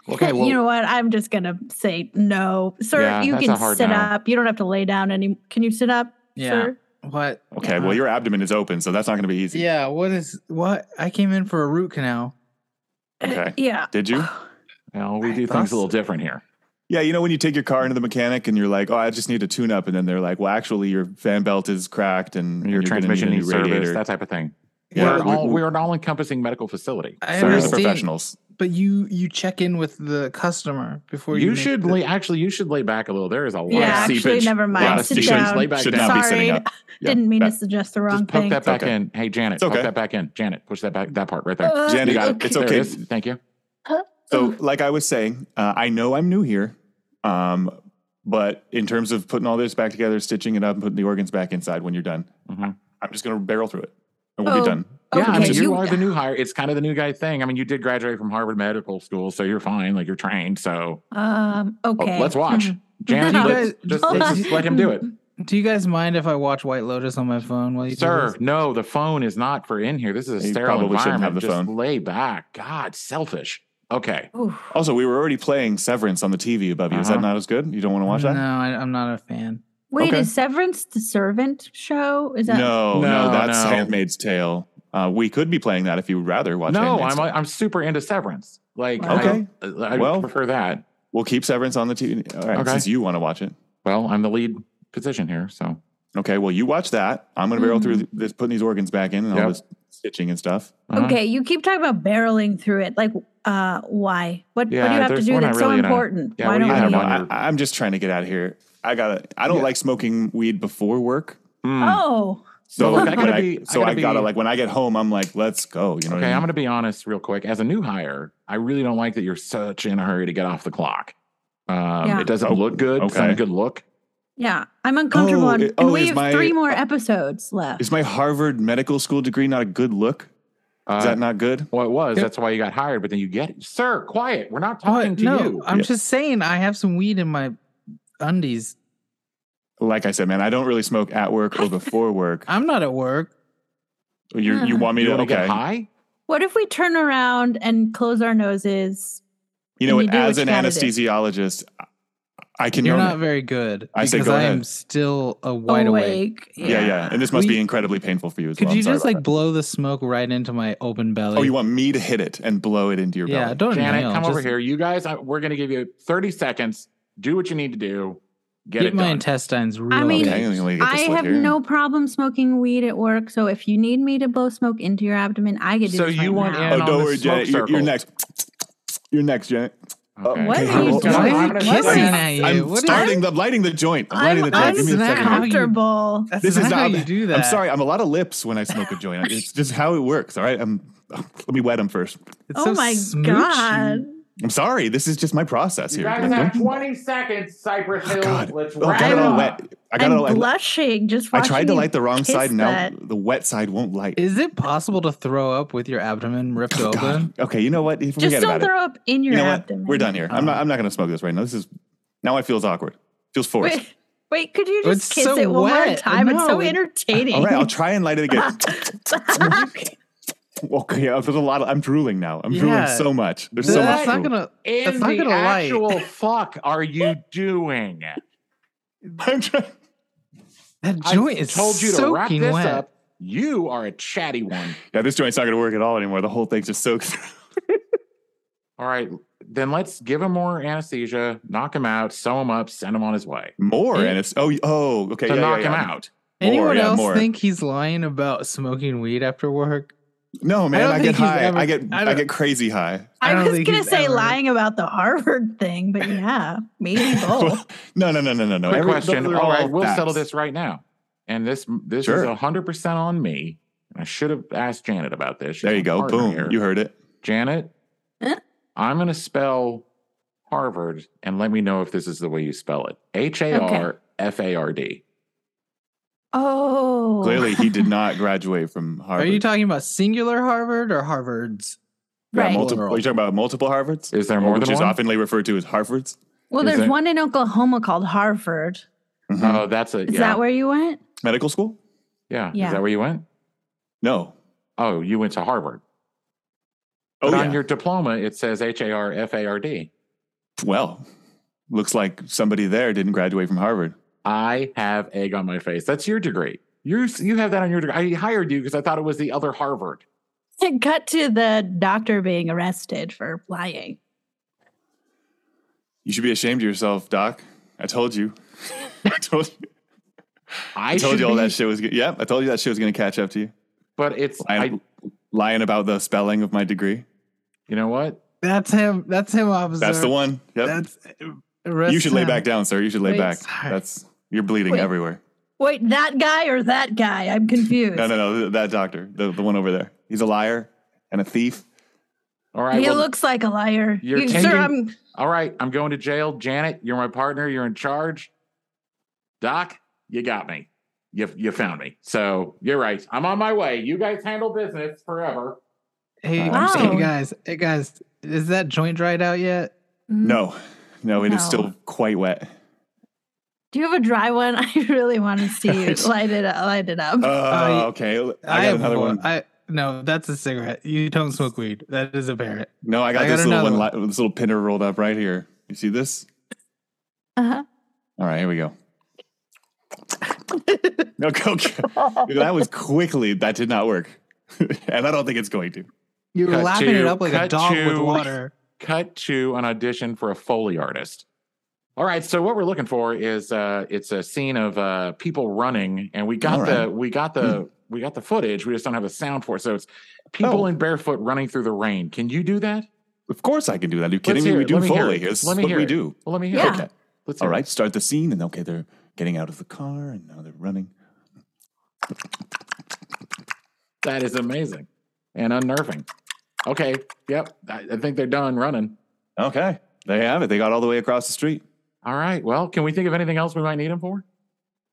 S1: Okay, well,
S4: [laughs] you know what? I'm just gonna say no, sir.
S1: Yeah,
S4: you
S1: that's
S4: can
S1: a hard
S4: sit
S1: no.
S4: up. You don't have to lay down any. Can you sit up,
S5: Yeah.
S4: sir?
S5: What?
S3: Okay.
S5: Uh,
S3: well, your abdomen is open, so that's not going to be easy.
S5: Yeah. What is what? I came in for a root canal.
S3: Okay.
S4: Yeah.
S3: Did you?
S1: well, we
S5: I
S1: do
S5: thought
S1: things a little
S5: so.
S1: different here.
S3: Yeah, you know when you take your car into the mechanic and you're like, "Oh, I just need a tune-up," and then they're like, "Well, actually, your fan belt is cracked and
S1: Your
S3: and you're gonna
S1: transmission
S3: need a
S1: needs
S3: new
S1: service,
S3: radiator."
S1: that type of thing.
S3: Yeah,
S1: we're,
S3: we-
S1: all,
S3: we-
S1: we're an all-encompassing medical facility.
S5: I
S1: So
S3: We're the
S5: understand.
S3: professionals.
S5: But you you check in with the customer before you.
S1: you
S5: make
S1: should
S5: the-
S1: lay, actually you should lay back a little. There is a lot.
S4: Yeah,
S1: of
S4: actually,
S3: seepage.
S4: never mind.
S3: Lot of
S1: Sit
S3: seepage.
S1: down. Lay back
S3: Should
S1: down.
S3: not be sitting
S4: Sorry.
S3: up. Yeah,
S4: [sighs] [laughs] Didn't mean
S3: that-
S4: to suggest the wrong
S1: Just poke
S4: thing.
S1: that back
S3: okay.
S1: in. Hey, Janet,
S3: It's okay.
S1: poke that back in. Janet, push that back that part right there.
S4: Uh,
S3: Janet,
S1: you got it.
S4: okay.
S3: it's
S1: There
S3: okay.
S1: is. Thank you.
S3: So, like I was saying, uh, I know I'm new here, um, but in terms of putting all this back together, stitching it up, and putting the organs back inside when you're done,
S1: Mhm.
S3: I'm just going to barrel through it, and we'll
S4: Oh.
S3: be done.
S1: Yeah, I
S4: Okay,
S1: mean, you,
S4: you-
S1: are the new hire. It's kind of the new guy thing. I mean, you did graduate from Harvard Medical School, so you're fine. Like you're trained. So
S4: Um.
S1: Oh,
S4: Okay.
S1: let's [laughs]
S4: [clears throat]
S1: watch. Janet,
S4: You
S1: let's,
S5: guys-
S1: just, let's just let him do
S4: [laughs]
S1: it.
S5: Do you guys mind if I watch White Lotus on my phone while you
S1: Sir,
S5: do this?
S1: no, the phone is not for in here. This is a
S3: You
S1: sterile
S3: probably shouldn't
S1: environment.
S3: have the
S1: Just
S3: phone.
S1: lay back. God, selfish. Okay.
S4: Ooh.
S3: Also, we were already playing Severance on the TV above you. Is that
S1: Uh-huh.
S3: not as good? You don't want to watch
S5: no,
S3: that?
S5: I, I'm not a fan.
S4: Wait,
S3: Okay.
S4: is Severance the servant show? Is that
S3: No, no,
S1: No,
S3: that's
S1: no.
S3: Handmaid's Tale. Uh, we could be playing that if you would rather watch.
S1: no,
S3: Handmaid's
S1: I'm
S3: Tale.
S1: I'm super into Severance. Like,
S3: Okay.
S1: I, I
S3: Well-
S1: prefer that.
S3: We'll keep Severance on the TV. All right,
S1: Okay.
S3: since you want to watch it.
S1: Well, I'm the lead position here, so
S3: Okay, well, you watch that. I'm going to barrel
S4: Mhm.
S3: through this, putting these organs back in and all
S1: Mm-hmm. Yep.
S3: this stitching and stuff.
S1: uh-huh.
S4: Okay, you keep talking about barreling through it. Like, uh, why? What, what do
S1: Yeah,
S4: you have to
S1: there's-
S4: do
S1: we're not
S4: that's so
S1: really gonna-
S4: important?
S1: yeah,
S4: why
S1: what do
S4: don't
S1: you
S3: I
S1: have
S3: don't
S4: we?
S3: know.
S1: on
S3: I,
S1: your-
S3: I'm just trying to get out of here. I gotta. I don't
S1: Yeah.
S3: like smoking weed before work.
S1: Mm.
S4: Oh,
S3: Hmm. So
S1: Well, look, I
S3: when
S1: gotta
S3: I-
S1: be- I
S3: so I
S1: gotta
S3: gotta,
S1: be-
S3: like um, when I get home, I'm like, let's go. You
S1: Okay,
S3: know. what I
S1: I'm
S3: mean?
S1: going to be honest real quick. As a new hire, I really don't like that you're such in a hurry to get off the clock. Um,
S4: Yeah.
S1: It doesn't look good. It's not
S3: Oh, Okay.
S1: a good look.
S4: yeah, I'm uncomfortable.
S3: Oh,
S4: and-
S3: it-
S4: and
S3: oh,
S4: we
S3: is
S4: have
S3: my-
S4: three more episodes left.
S3: Is my Harvard medical school degree not a good look?
S1: Uh,
S3: Is that not good?
S1: well, it was.
S5: Yep.
S1: That's why you got hired. But then you get it. Sir, quiet. We're not
S5: Oh,
S1: talking to
S5: no,
S1: you.
S5: I'm
S3: Yeah.
S5: just saying I have some weed in my undies.
S3: Like I said, man, I don't really smoke at work or before
S5: [laughs]
S3: work.
S5: I'm not at work.
S3: You you want me
S1: you
S3: to
S1: want to
S3: okay?
S1: get high?
S4: what if we turn around and close our noses?
S3: You know,
S4: and
S3: what,
S4: you do
S3: as
S4: what
S3: an
S4: you gotta do.
S3: anesthesiologist, I- I can.
S5: You're
S3: own
S5: not
S3: it.
S5: very good
S3: I
S5: because
S3: say go
S5: I am
S3: ahead.
S5: still a wide
S4: Oh,
S5: awake.
S4: awake.
S3: Yeah, yeah, and this must
S5: We-
S3: be incredibly painful for you as
S5: Could
S3: well. I'm
S5: you
S3: sorry
S5: just
S3: about
S5: like blow the smoke right into my open
S3: that.
S5: belly?
S3: Oh, you want me to hit it and blow it into your
S5: Yeah,
S3: belly?
S5: don't
S1: Janet,
S5: inhale,
S1: come over
S5: just
S1: here. You guys, I, we're going to give you 30 seconds. Do what you need to do. Get
S5: Get
S1: it
S5: my
S1: done.
S5: intestines real.
S4: mean,
S5: big.
S3: Okay, I'm gonna get
S4: I
S3: this lit
S4: have
S3: here. Oh,
S4: no problem smoking weed at work. So if you need me to blow smoke into your abdomen, I get.
S1: So
S4: this
S1: you
S4: right
S1: want
S4: now.
S1: in-
S3: Oh,
S1: on
S3: don't
S1: the
S3: worry,
S1: smoke
S3: Janet. You're, you're
S1: circle.
S3: next. You're next, Janet.
S1: Okay.
S4: What
S3: Okay,
S4: are you
S3: well,
S4: doing?
S5: Why
S1: I'm
S5: are
S1: gonna-
S5: you
S4: What
S5: kissing
S4: is-
S5: at you?
S3: I'm
S5: What is-
S3: starting the, I'm lighting the joint. I'm, lighting the joint.
S4: I'm
S3: Give me a second. here.
S4: uncomfortable.
S5: [laughs] That's
S3: This is
S5: not
S3: not
S5: how you
S3: the-
S5: do that.
S3: I'm sorry. I'm a lot of lips when I smoke a joint. It's just how it works. All right. I'm, let me wet them first.
S5: It's
S4: Oh
S5: so
S4: my
S5: smoochy.
S4: god!
S3: I'm sorry. This is just my process
S1: You
S3: here.
S1: guys
S3: Don't-
S1: have
S3: don't-
S1: 20 seconds, Cypress Hill.
S3: God.
S1: Let's
S3: Oh, I
S1: wrap
S3: got it all
S1: up.
S3: wet. I got it
S4: I'm
S3: all. I,
S4: blushing just
S3: I
S4: watching.
S3: tried to
S4: you
S3: light the wrong
S4: kiss
S3: side. Now
S4: that.
S3: the wet side won't light.
S5: Is it possible to throw up with your abdomen ripped
S3: Oh,
S5: open?
S3: God. Okay. You know what? Forget
S4: Just don't
S3: about it.
S4: throw up in your
S3: You know what?
S4: abdomen.
S3: We're done here. I'm not. I'm not going to smoke this right now. This is now. It feels awkward. Feels forced.
S4: Wait, wait, could you
S5: It's
S4: just kiss
S5: so
S4: it one more
S5: wet.
S4: time? it's so
S5: No, it-
S4: entertaining.
S3: All right. I'll try and light it
S4: [laughs]
S3: again. [laughs] Okay, yeah, there's a lot. Of, I'm drooling now. I'm drooling
S5: Yeah.
S3: so much. There's
S5: That's
S3: so much.
S5: not
S3: drool.
S5: gonna.
S1: In
S5: That's not
S1: the
S5: gonna light.
S1: actual fuck are
S5: [laughs]
S1: you doing?
S3: I'm trying-
S5: That joint
S1: I
S5: is
S1: told you to wrap
S5: soaking
S1: this
S5: wet.
S1: up. You are a chatty one.
S3: Yeah, this joint's not gonna work at all anymore. The whole thing's just soaked.
S1: All right, then let's give him more anesthesia, knock him out, sew him up, send him on his way
S3: [laughs] More
S5: Yeah.
S3: and it's oh y- oh okay
S1: to
S3: yeah,
S1: knock
S3: yeah, yeah.
S1: him out.
S5: Anyone
S3: yeah,
S5: else
S3: more.
S5: think he's lying about smoking weed after work?
S3: No, man,
S5: don't
S3: I,
S5: think
S3: get
S5: he's
S3: high.
S5: ever-
S3: I get
S5: I
S3: I,
S5: don't-
S3: get crazy high.
S5: I
S4: I
S5: don't
S4: was
S5: think
S4: gonna
S5: he's
S4: say
S5: ever-
S4: lying about the [laughs] Harvard thing, but yeah, maybe
S3: [laughs]
S4: both.
S3: No, no, no, no, no, no.
S1: Quick
S3: Every-
S1: question.
S3: those are
S1: All right, we'll
S3: facts.
S1: settle this right now. And this this
S3: Sure.
S1: is hundred percent on me. I should have asked Janet about this. She's
S3: There you
S1: my
S3: go.
S1: partner
S3: Boom.
S1: here.
S3: You heard it.
S1: Janet,
S4: Huh?
S1: I'm going to spell Harvard and let me know if this is the way you spell it. H A R F A R D.
S4: oh,
S3: Clearly, he
S4: [laughs]
S3: did not graduate from Harvard.
S5: [laughs] Are you talking about singular Harvard or Harvard's?
S3: Yeah,
S4: right.
S3: multiple- are you talking about multiple Harvards?
S1: Is there more
S3: Oh, Which
S1: than
S3: is
S1: one?
S3: oftenly referred to as Harvards.
S4: Well,
S1: Is
S4: there's
S1: there-
S4: one in Oklahoma called Harvard.
S3: Mhm.
S1: Oh, that's a
S4: Is
S1: yeah.
S4: that where you went? [laughs]
S3: Medical school?
S1: yeah.
S4: Yeah.
S1: Is that where you went?
S3: No.
S1: Oh, you went to Harvard.
S3: Oh,
S1: But
S3: yeah.
S1: on your diploma, it says H A R F A R D.
S3: well, looks like somebody there didn't graduate from Harvard.
S1: I have egg on my face. That's your degree. You you have that on your degree. I hired you because I thought it was the other Harvard.
S4: It cut to the doctor being arrested for lying.
S3: You should be ashamed of yourself, Doc. I told [laughs] you. I told you,
S1: I,
S3: I told
S1: should
S3: you all
S1: be-
S3: that shit was. Good. Yep, I told you that shit was going to catch up to you.
S1: But it's I,
S3: Lying, lying about the spelling of my degree.
S1: you know what?
S5: That's him. That's him, officer.
S3: That's the one. Yep.
S5: That's arrest
S3: you should lay
S5: him.
S3: back down, sir. You should lay
S5: Wait,
S3: back.
S5: sorry.
S3: That's you're bleeding
S4: Wait.
S3: everywhere.
S4: Wait, that guy or that guy? I'm
S3: [laughs]
S4: confused.
S3: No, no, no. th- That doctor, the, the one over there, he's a liar and a thief.
S1: All right.
S4: he
S1: well,
S4: looks like a liar.
S1: You're
S4: You-
S1: taking-
S4: sir, I'm
S1: All right, I'm going to jail. Janet, you're my partner. You're in charge. Doc, you got me. You you found me. So you're right. I'm on my way. You guys handle business forever.
S5: Hey,
S1: Wow.
S5: hey, guys, hey guys, is that joint dried out yet?
S3: No, no, it is
S4: No.
S3: still quite wet.
S4: Do you have a dry one? [laughs] I really
S3: [laughs]
S4: want to see you light it up. Light it up.
S3: Uh,
S5: I-
S3: okay, I got
S5: have
S3: another
S5: one.
S3: one.
S5: I no, that's a cigarette. You don't smoke weed. That is apparent.
S3: no, I got
S5: I got
S3: this little
S5: another
S3: one, li- this little pinner rolled up right here. You see this?
S4: Uh-huh.
S3: All right, here we go. no, go, go. That was quickly. That did not work, [laughs] and I don't think it's going to.
S5: You're
S1: Cut
S5: lapping it
S1: to-
S5: up like a
S1: cut
S5: dog with
S1: to-
S5: water.
S1: Cut to an audition for a Foley artist. All right, so what we're looking for is uh it's a scene of uh people running and we got
S3: All Hmm.
S1: the we got the we got the footage. We just don't have a sound for it. So it's people
S3: Oh.
S1: in barefoot running through the rain. Can you do that?
S3: Of course, I can do that. Are you kidding me?
S1: hear
S3: We
S1: it.
S3: do
S1: Let me hear
S3: Foley
S1: it.
S3: here. This
S1: Let
S3: is
S1: me
S3: what
S1: hear
S3: we
S1: it.
S3: do.
S1: Well, let me hear.
S4: Yeah.
S1: It. Let's hear
S3: All
S1: it.
S3: right, start the scene, and okay, they're getting out of the car, and now they're running.
S1: That is amazing and unnerving. Okay. Yep. I, I think they're done running.
S3: Okay, they have it. They got all the way across the street. [sighs]
S1: All right. Well, can we think of anything else we might need them for?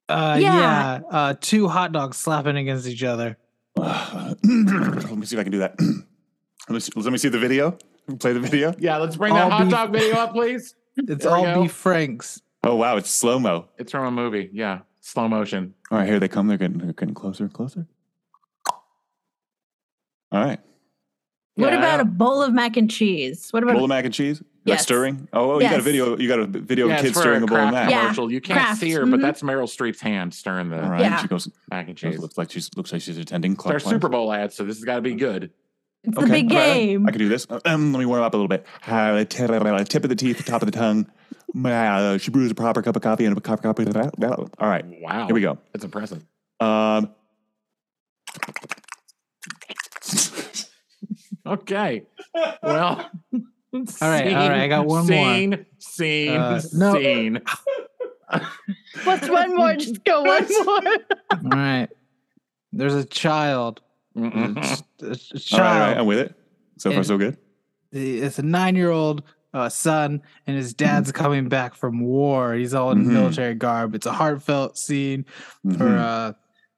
S5: Uh,
S4: Yeah.
S5: yeah. Uh, two hot dogs slapping against each other.
S3: Let me see if I can do that. [clears throat] let, me see, let me see the video. Play the video.
S1: Yeah. Let's bring
S5: All
S1: that hot
S5: beef-
S1: dog video up, please.
S5: It's
S1: There we
S5: all
S1: go.
S5: beef franks.
S3: Oh wow, it's slow mo.
S1: It's from a movie. Yeah. Slow motion.
S3: All right, here they come. They're getting they're getting closer and closer. All right,
S4: what
S1: Yeah,
S4: about a bowl of mac and cheese? What about
S3: bowl of mac and cheese. That's
S4: Yes.
S3: stirring. Oh, oh, you got a
S4: Yes.
S3: video. You got a video
S1: Yeah,
S3: of
S1: it's
S3: kids
S1: for
S3: stirring a bowl of
S1: Kraft
S3: mac.
S4: Yeah.
S1: commercial. You can't
S4: Kraft.
S1: see her,
S4: Mhm.
S1: but that's Meryl Streep's hand stirring the
S3: All right,
S4: Yeah.
S3: she goes.
S1: mac and
S3: She
S1: cheese.
S3: looks like she's looks like she's attending.
S1: It's our
S3: clockwise.
S1: Super Bowl ad, so this has got to be good.
S4: it's
S3: Okay,
S4: the big
S3: all right, all right. [laughs]
S4: game?
S3: I can do this. Um, let me warm up a little bit. Uh, tip of the teeth, top of the tongue. [laughs] Uh, she brews a proper cup of coffee and a cup of coffee. All right,
S1: Wow.
S3: here we go.
S1: That's impressive.
S3: Um,
S1: Okay.
S4: [laughs]
S1: Well.
S5: All right, all right, I got one more.
S1: scene, Scene.
S5: Uh, no.
S1: scene.
S4: What's
S3: [laughs]
S4: one more? Just go one more.
S5: all right. There's a child.
S1: Mm-mm.
S5: It's- it's a
S3: all, right, all
S5: child.
S3: right, I'm with it. So far,
S5: And-
S3: so good.
S5: the- it's a nine year old uh, son, and his dad's
S3: Mm-hmm.
S5: coming back from war. He's all in
S3: Mhm.
S5: military garb. It's a heartfelt scene for
S3: Mhm.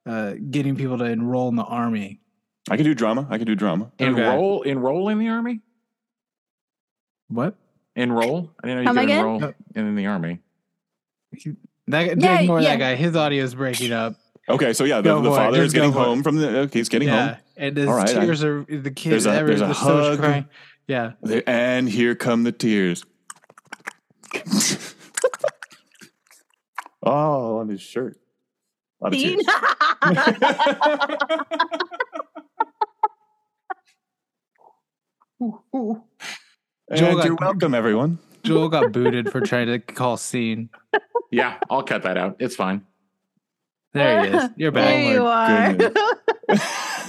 S5: uh, uh, getting people to enroll in the army.
S3: I can do drama. I can do drama.
S5: Okay.
S1: Enroll. Enroll in the army.
S5: What?
S1: Enroll? I didn't know you
S4: Come
S1: could
S4: again?
S1: enroll in, in the army.
S5: That,
S4: Yeah,
S5: ignore
S4: yeah.
S5: that guy. His audio is breaking up.
S3: Okay, so yeah, the,
S5: Go
S3: the
S5: for it,
S3: father
S5: just
S3: is getting
S5: go for it.
S3: home from the. Okay, he's getting
S5: yeah,
S3: home,
S5: and his
S3: All right, I-
S5: tears are the
S3: There's
S5: kids.
S3: a-
S5: everyone-
S3: there's a
S5: there's so much
S3: hug.
S5: crying. Yeah,
S3: There- and here come the tears. [laughs] oh, on his shirt. A lot of tears.
S5: Joel
S3: and
S5: got-
S3: you're welcome, everyone.
S5: Joel got booted for trying to call scene.
S1: Yeah, I'll cut that out. It's fine.
S5: There he is. You're
S4: [laughs]
S5: back.
S4: [laughs] there you
S3: Oh my
S4: are.
S3: goodness.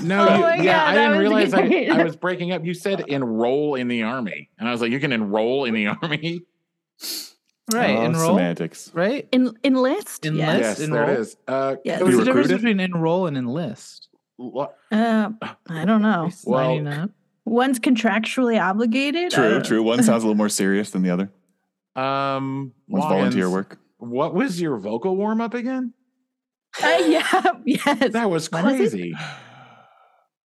S1: No,
S4: Oh
S1: you-
S4: my
S1: yeah,
S4: God,
S1: I
S4: that
S1: didn't
S4: was
S1: realize I,
S4: great.
S1: I was breaking up. You said enroll in the army, and I was like, you can enroll in the [laughs] army.
S5: Right.
S3: Oh,
S5: enroll.
S3: Semantics.
S5: Right.
S4: En- enlist?
S5: Enlist?
S4: Yes.
S1: Yes, there
S5: enroll.
S1: it is. Uh,
S4: Yes.
S1: it
S5: There's
S1: was
S3: You
S5: a difference
S3: recruited?
S5: between enroll and enlist.
S1: lo-
S4: Uh, I don't know.
S5: It's
S1: Well-
S5: lining up.
S4: One's contractually obligated. Uh,
S3: [laughs]
S4: I
S3: True,
S4: don't
S3: true. One sounds a little more serious than the other.
S1: Um,
S3: One's
S1: Loggins,
S3: volunteer work.
S1: What was your vocal warm up again?
S4: know. [laughs] Uh, yeah. [laughs] Yes.
S1: That was
S4: What is it?
S1: crazy.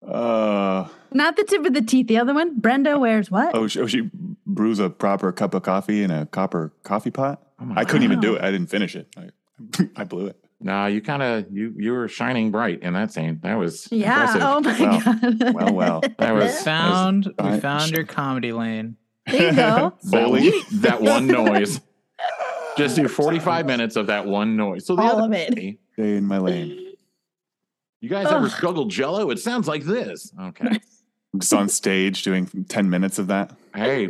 S1: Oh
S3: Uh,
S4: Not the tip of the teeth. The other one. Brenda wears what?
S3: oh, she, oh, she brews a proper cup of coffee in a copper coffee pot.
S1: Oh my
S3: I couldn't even
S4: Wow.
S3: do it. I didn't finish it. I, I [laughs] blew it.
S1: Nah, you kind of you you were shining bright in that scene. That was
S4: yeah.
S1: impressive.
S4: Oh my
S3: Wow.
S4: god.
S3: Well, well.
S1: That
S5: We
S1: was
S5: found we
S3: giant-
S5: found your comedy lane.
S4: [laughs] There
S3: [laughs]
S4: you go.
S1: [laughs] that,
S3: Bowling.
S1: one- [laughs] that
S4: [laughs]
S1: one noise. Just do 45 minutes of that one noise. So the
S4: All
S1: other
S4: of it.
S1: day,
S3: Stay in my lane.
S1: [laughs] you guys ever
S4: Ugh.
S1: struggle jello? It sounds like this. Okay.
S3: I'm just on stage doing 10 minutes of that.
S1: hey,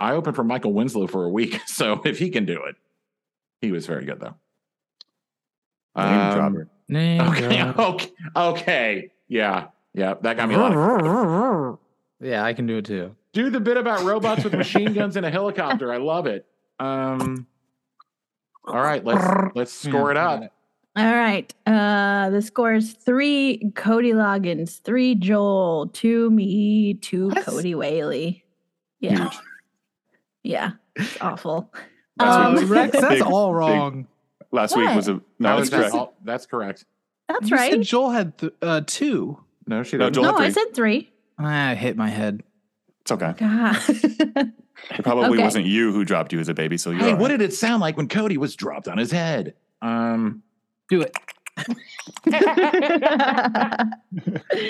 S1: I opened for Michael Winslow for a week. [laughs] So if he can do it, he was very good though.
S3: Name
S1: Um,
S3: dropper.
S5: Name
S1: [laughs] Okay.
S5: drop.
S1: Okay. Okay. Yeah. Yeah. That got me a lot. of-
S5: Yeah, I can do it too.
S1: Do the bit about robots with machine guns in a helicopter. I love it. Um. All right. Let's let's
S3: Hmm.
S1: score it
S5: Yeah,
S1: up.
S5: got it.
S4: All right. Uh, the score is three Cody Loggins, three Joel, two me, two
S1: What?
S4: Cody Whaley. Yeah.
S3: Huge.
S4: Yeah. It's awful. Um,
S3: That's what
S5: Uh,
S3: it was. [laughs]
S4: [laughs]
S5: Rex, that's
S3: Big-
S5: all
S3: big-
S5: wrong.
S3: Last week was a.
S1: That
S3: No,
S1: was
S3: that's
S1: that-
S3: correct.
S1: all- that's correct.
S4: That's
S5: You
S4: right.
S5: said Joel had th- uh, two.
S1: No, she
S3: No,
S1: didn't.
S3: Joel-
S4: no, I
S3: three.
S4: said three.
S5: Ah, I hit my head.
S3: It's okay.
S4: God.
S3: [laughs] It probably
S4: Okay.
S3: wasn't you who dropped you as a baby, so you're.
S1: Hey,
S3: all
S1: what
S3: right.
S1: did it sound like when Cody was dropped on his head? Um.
S5: Do it.
S4: [laughs]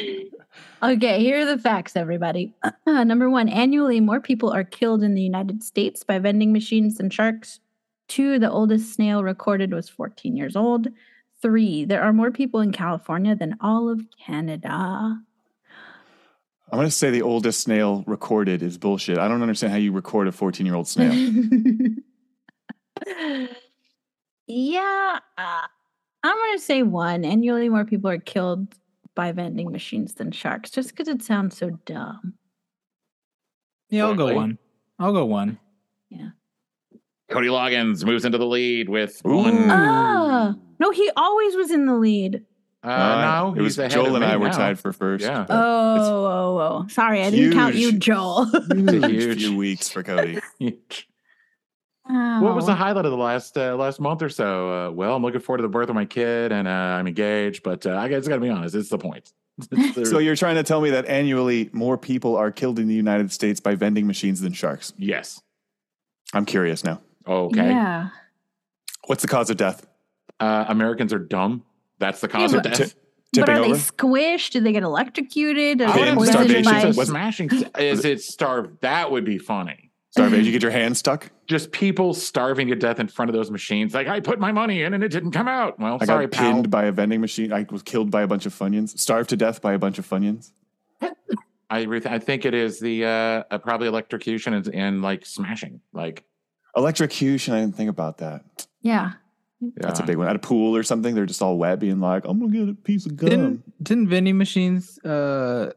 S4: okay, here are the facts, everybody. [clears throat] Number one, annually more people are killed in the United States by vending machines than sharks. Two, the oldest snail recorded was 14 years old. Three, there are more people in California than all of Canada.
S3: I'm going to say the oldest snail recorded is bullshit. I don't understand how you record a 14 year old snail.
S4: [laughs] yeah, uh, I'm going to say one. Annually more people are killed by vending machines than sharks just because it sounds so dumb.
S5: Yeah, I'll go
S1: Really?
S5: one. I'll go one.
S1: Cody Loggins moves into the lead with
S3: Ooh.
S1: one. Uh,
S4: Ah, no, he always was in the lead.
S3: Uh,
S1: no,
S3: it was
S1: he's ahead
S3: Joel
S1: of
S3: and
S1: me
S3: I were
S1: now.
S3: tied for first. [laughs]
S1: Yeah.
S3: but
S4: Oh, oh, oh. Sorry, I didn't count you,
S3: huge.
S4: Joel. [laughs] Mm.
S1: It's a
S3: huge
S1: huge.
S3: few weeks for Cody.
S1: What was the highlight of the last uh, last month or so? Uh, well, I'm looking forward to the birth of my kid, and uh, I'm engaged. But uh, I guess I got to be honest, it's the point. [laughs] It's the-
S3: [laughs] So you're trying to tell me that annually more people are killed in the United States by vending machines than sharks?
S1: yes,
S3: I'm curious now.
S1: okay.
S4: Yeah.
S3: What's the cause of death?
S1: Uh, Americans are dumb. That's the cause
S4: Yeah,
S1: of
S3: but-
S1: death.
S4: But
S3: Tipping
S4: are
S3: over?
S4: they squished? Do they get electrocuted? Are
S1: I
S4: they
S3: Pain,
S1: would imagine
S4: poisoned
S3: starvation,
S1: it's
S4: by...
S1: a
S3: Was-
S1: smashing. Is it starved? That would be funny.
S3: Starvation. You get your hand stuck.
S1: Just people starving to death in front of those machines. Like I put my money in and it didn't come out. Well,
S3: I
S1: sorry,
S3: got
S1: pal.
S3: pinned by a vending machine. I was killed by a bunch of Funyuns. Starved to death by a bunch of Funyuns.
S1: I re- I think it is the uh, uh probably electrocution and, and like smashing. Like
S3: Electrocution. I didn't think about that.
S4: Yeah.
S3: That's a
S1: yeah.
S3: big one. At a pool or something, they're just all wet, being like, "I'm gonna get a piece of gum."
S5: Didn't didn't vending machines uh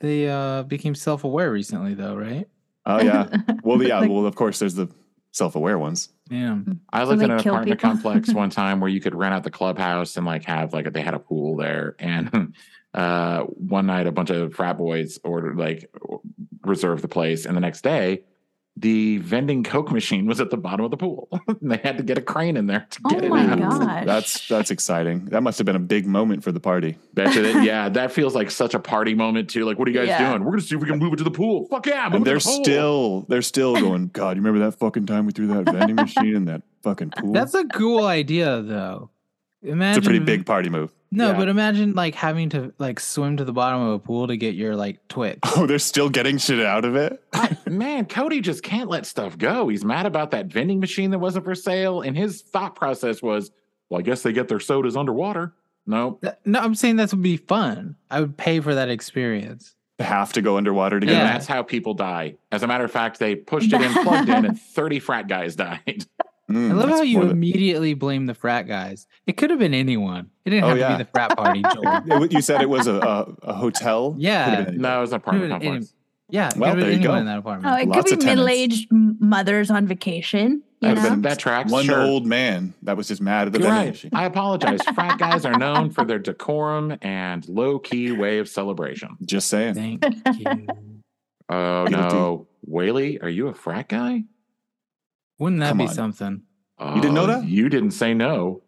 S5: they uh became self aware recently though, right?
S3: Oh
S4: [laughs]
S3: yeah. Well, yeah. Well, of course, there's the self-aware ones.
S5: Yeah.
S1: I lived
S4: they
S1: in an
S4: kill
S1: apartment
S4: people.
S1: complex
S4: [laughs]
S1: one time where you could rent out the clubhouse and like have like they had a pool there. And [laughs] uh, one night, a bunch of frat boys ordered like reserved the place, and the next day, the vending coke machine was at the bottom of the pool, [laughs] and they had to get a crane in there to
S4: Oh
S1: get it
S4: my
S1: [laughs] out.
S4: gosh.
S3: That's that's exciting. That must have been a big moment for the party.
S1: Bet you
S4: [laughs]
S1: that, yeah, that feels like such a party moment too. Like, what are you guys
S4: Yeah.
S1: doing? We're gonna see if we can move it to the pool. Fuck yeah, move
S3: And
S1: it to
S3: they're
S1: the pool.
S3: still
S1: [laughs]
S3: they're still going. God, you remember that fucking time we threw that vending machine in that fucking pool?
S5: That's a cool idea though.
S3: it's
S5: Imagine
S3: a pretty big party move. [laughs]
S5: No,
S1: yeah.
S5: but imagine like having to like swim to the bottom of a pool to get your like twitch.
S3: [laughs] Oh, they're still getting shit out of it.
S1: I- man, Cody just can't let stuff go. He's mad about that vending machine that wasn't for sale, and his thought process was, "Well, I guess they get their sodas underwater." No,
S5: Th- No, I'm saying that would be fun. I would pay for that experience.
S3: Have to go underwater to
S1: and
S3: get
S5: Yeah.
S3: it.
S5: [laughs]
S1: that's how people die. As a matter of fact, they pushed it in, plugged in, and thirty frat guys died.
S3: Mm,
S5: I love
S3: that's
S5: how you
S3: more of
S5: immediately blame the frat guys. It could have been anyone. It didn't
S3: Oh,
S5: have
S3: yeah.
S5: to be the frat
S3: [laughs]
S5: party. Joel.
S3: a- It- you said it was a, a, a hotel.
S5: [laughs] Yeah.
S3: Could've been
S1: No, it was an apartment
S5: Dude, it-
S1: complex.
S5: yeah, it
S3: Well,
S5: could have
S3: there
S5: been
S3: you
S5: anyone
S3: go.
S5: in that
S4: Oh,
S5: apartment.
S4: it
S3: Lots
S4: could
S3: of
S4: be
S3: tenants.
S4: middle aged mothers on vacation. You
S1: That,
S4: know?
S3: been
S1: that tracks.
S3: One
S1: sure.
S3: old man that was just mad at the
S1: You're
S3: vending
S1: right.
S3: machine.
S1: I apologize. Frat guys are known for their decorum and low key way of celebration.
S3: Just saying.
S1: [laughs]
S5: Thank you.
S1: Oh
S3: Guilty.
S1: no, Whaley, are you a frat guy?
S5: Wouldn't that
S3: Come
S5: be
S3: on.
S5: something?
S1: You
S3: didn't know that?
S1: Oh, You didn't say no.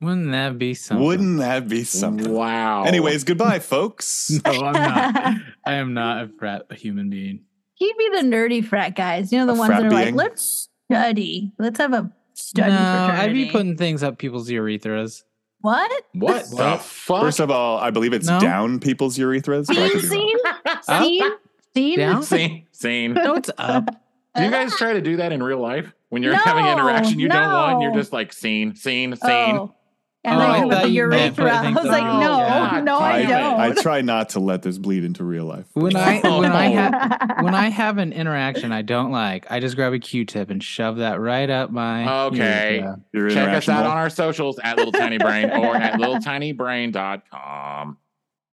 S5: Wouldn't that be something?
S3: Wouldn't that be something?
S1: Wow.
S3: Anyways, goodbye, folks.
S5: [laughs] No, I'm not. I am not a frat human being.
S4: He'd be the nerdy frat guys. You know,
S3: A
S4: the ones
S3: frat
S4: that are like,
S3: being?
S4: let's study. Let's have a
S5: No,
S4: study
S5: I'd
S4: fraternity.
S5: be putting things up people's urethras.
S4: what?
S1: what the
S5: What?
S1: fuck?
S3: First of all, I believe it's
S5: No.
S3: down people's urethras. but I
S4: Scene,
S3: could be wrong. [laughs]
S4: scene, scene, scene.
S5: Down?
S1: scene,
S4: [laughs]
S1: scene.
S5: No, it's up.
S1: Do you guys try to do that in real life when you're
S4: No,
S1: having interaction you don't want? You're
S4: no.
S1: just like scene, scene, scene.
S4: Oh. And
S1: Oh, I
S4: like
S1: thought
S4: the
S5: you meant
S4: urethra. I
S5: putting
S4: was like,
S1: things-
S4: no,
S1: Yeah.
S4: no, I,
S1: I-
S4: don't.
S3: I try not to let this bleed into real life.
S5: [laughs] When I when
S1: [laughs]
S5: I
S1: Oh.
S4: [laughs]
S5: have when I have an interaction I don't like, I just grab a Q-tip and shove that right up my.
S1: Okay.
S5: urethra.
S3: Your
S1: Check us
S3: interaction
S1: out
S3: will-
S1: on our socials at Little Tiny Brain or at littletinybrain.com.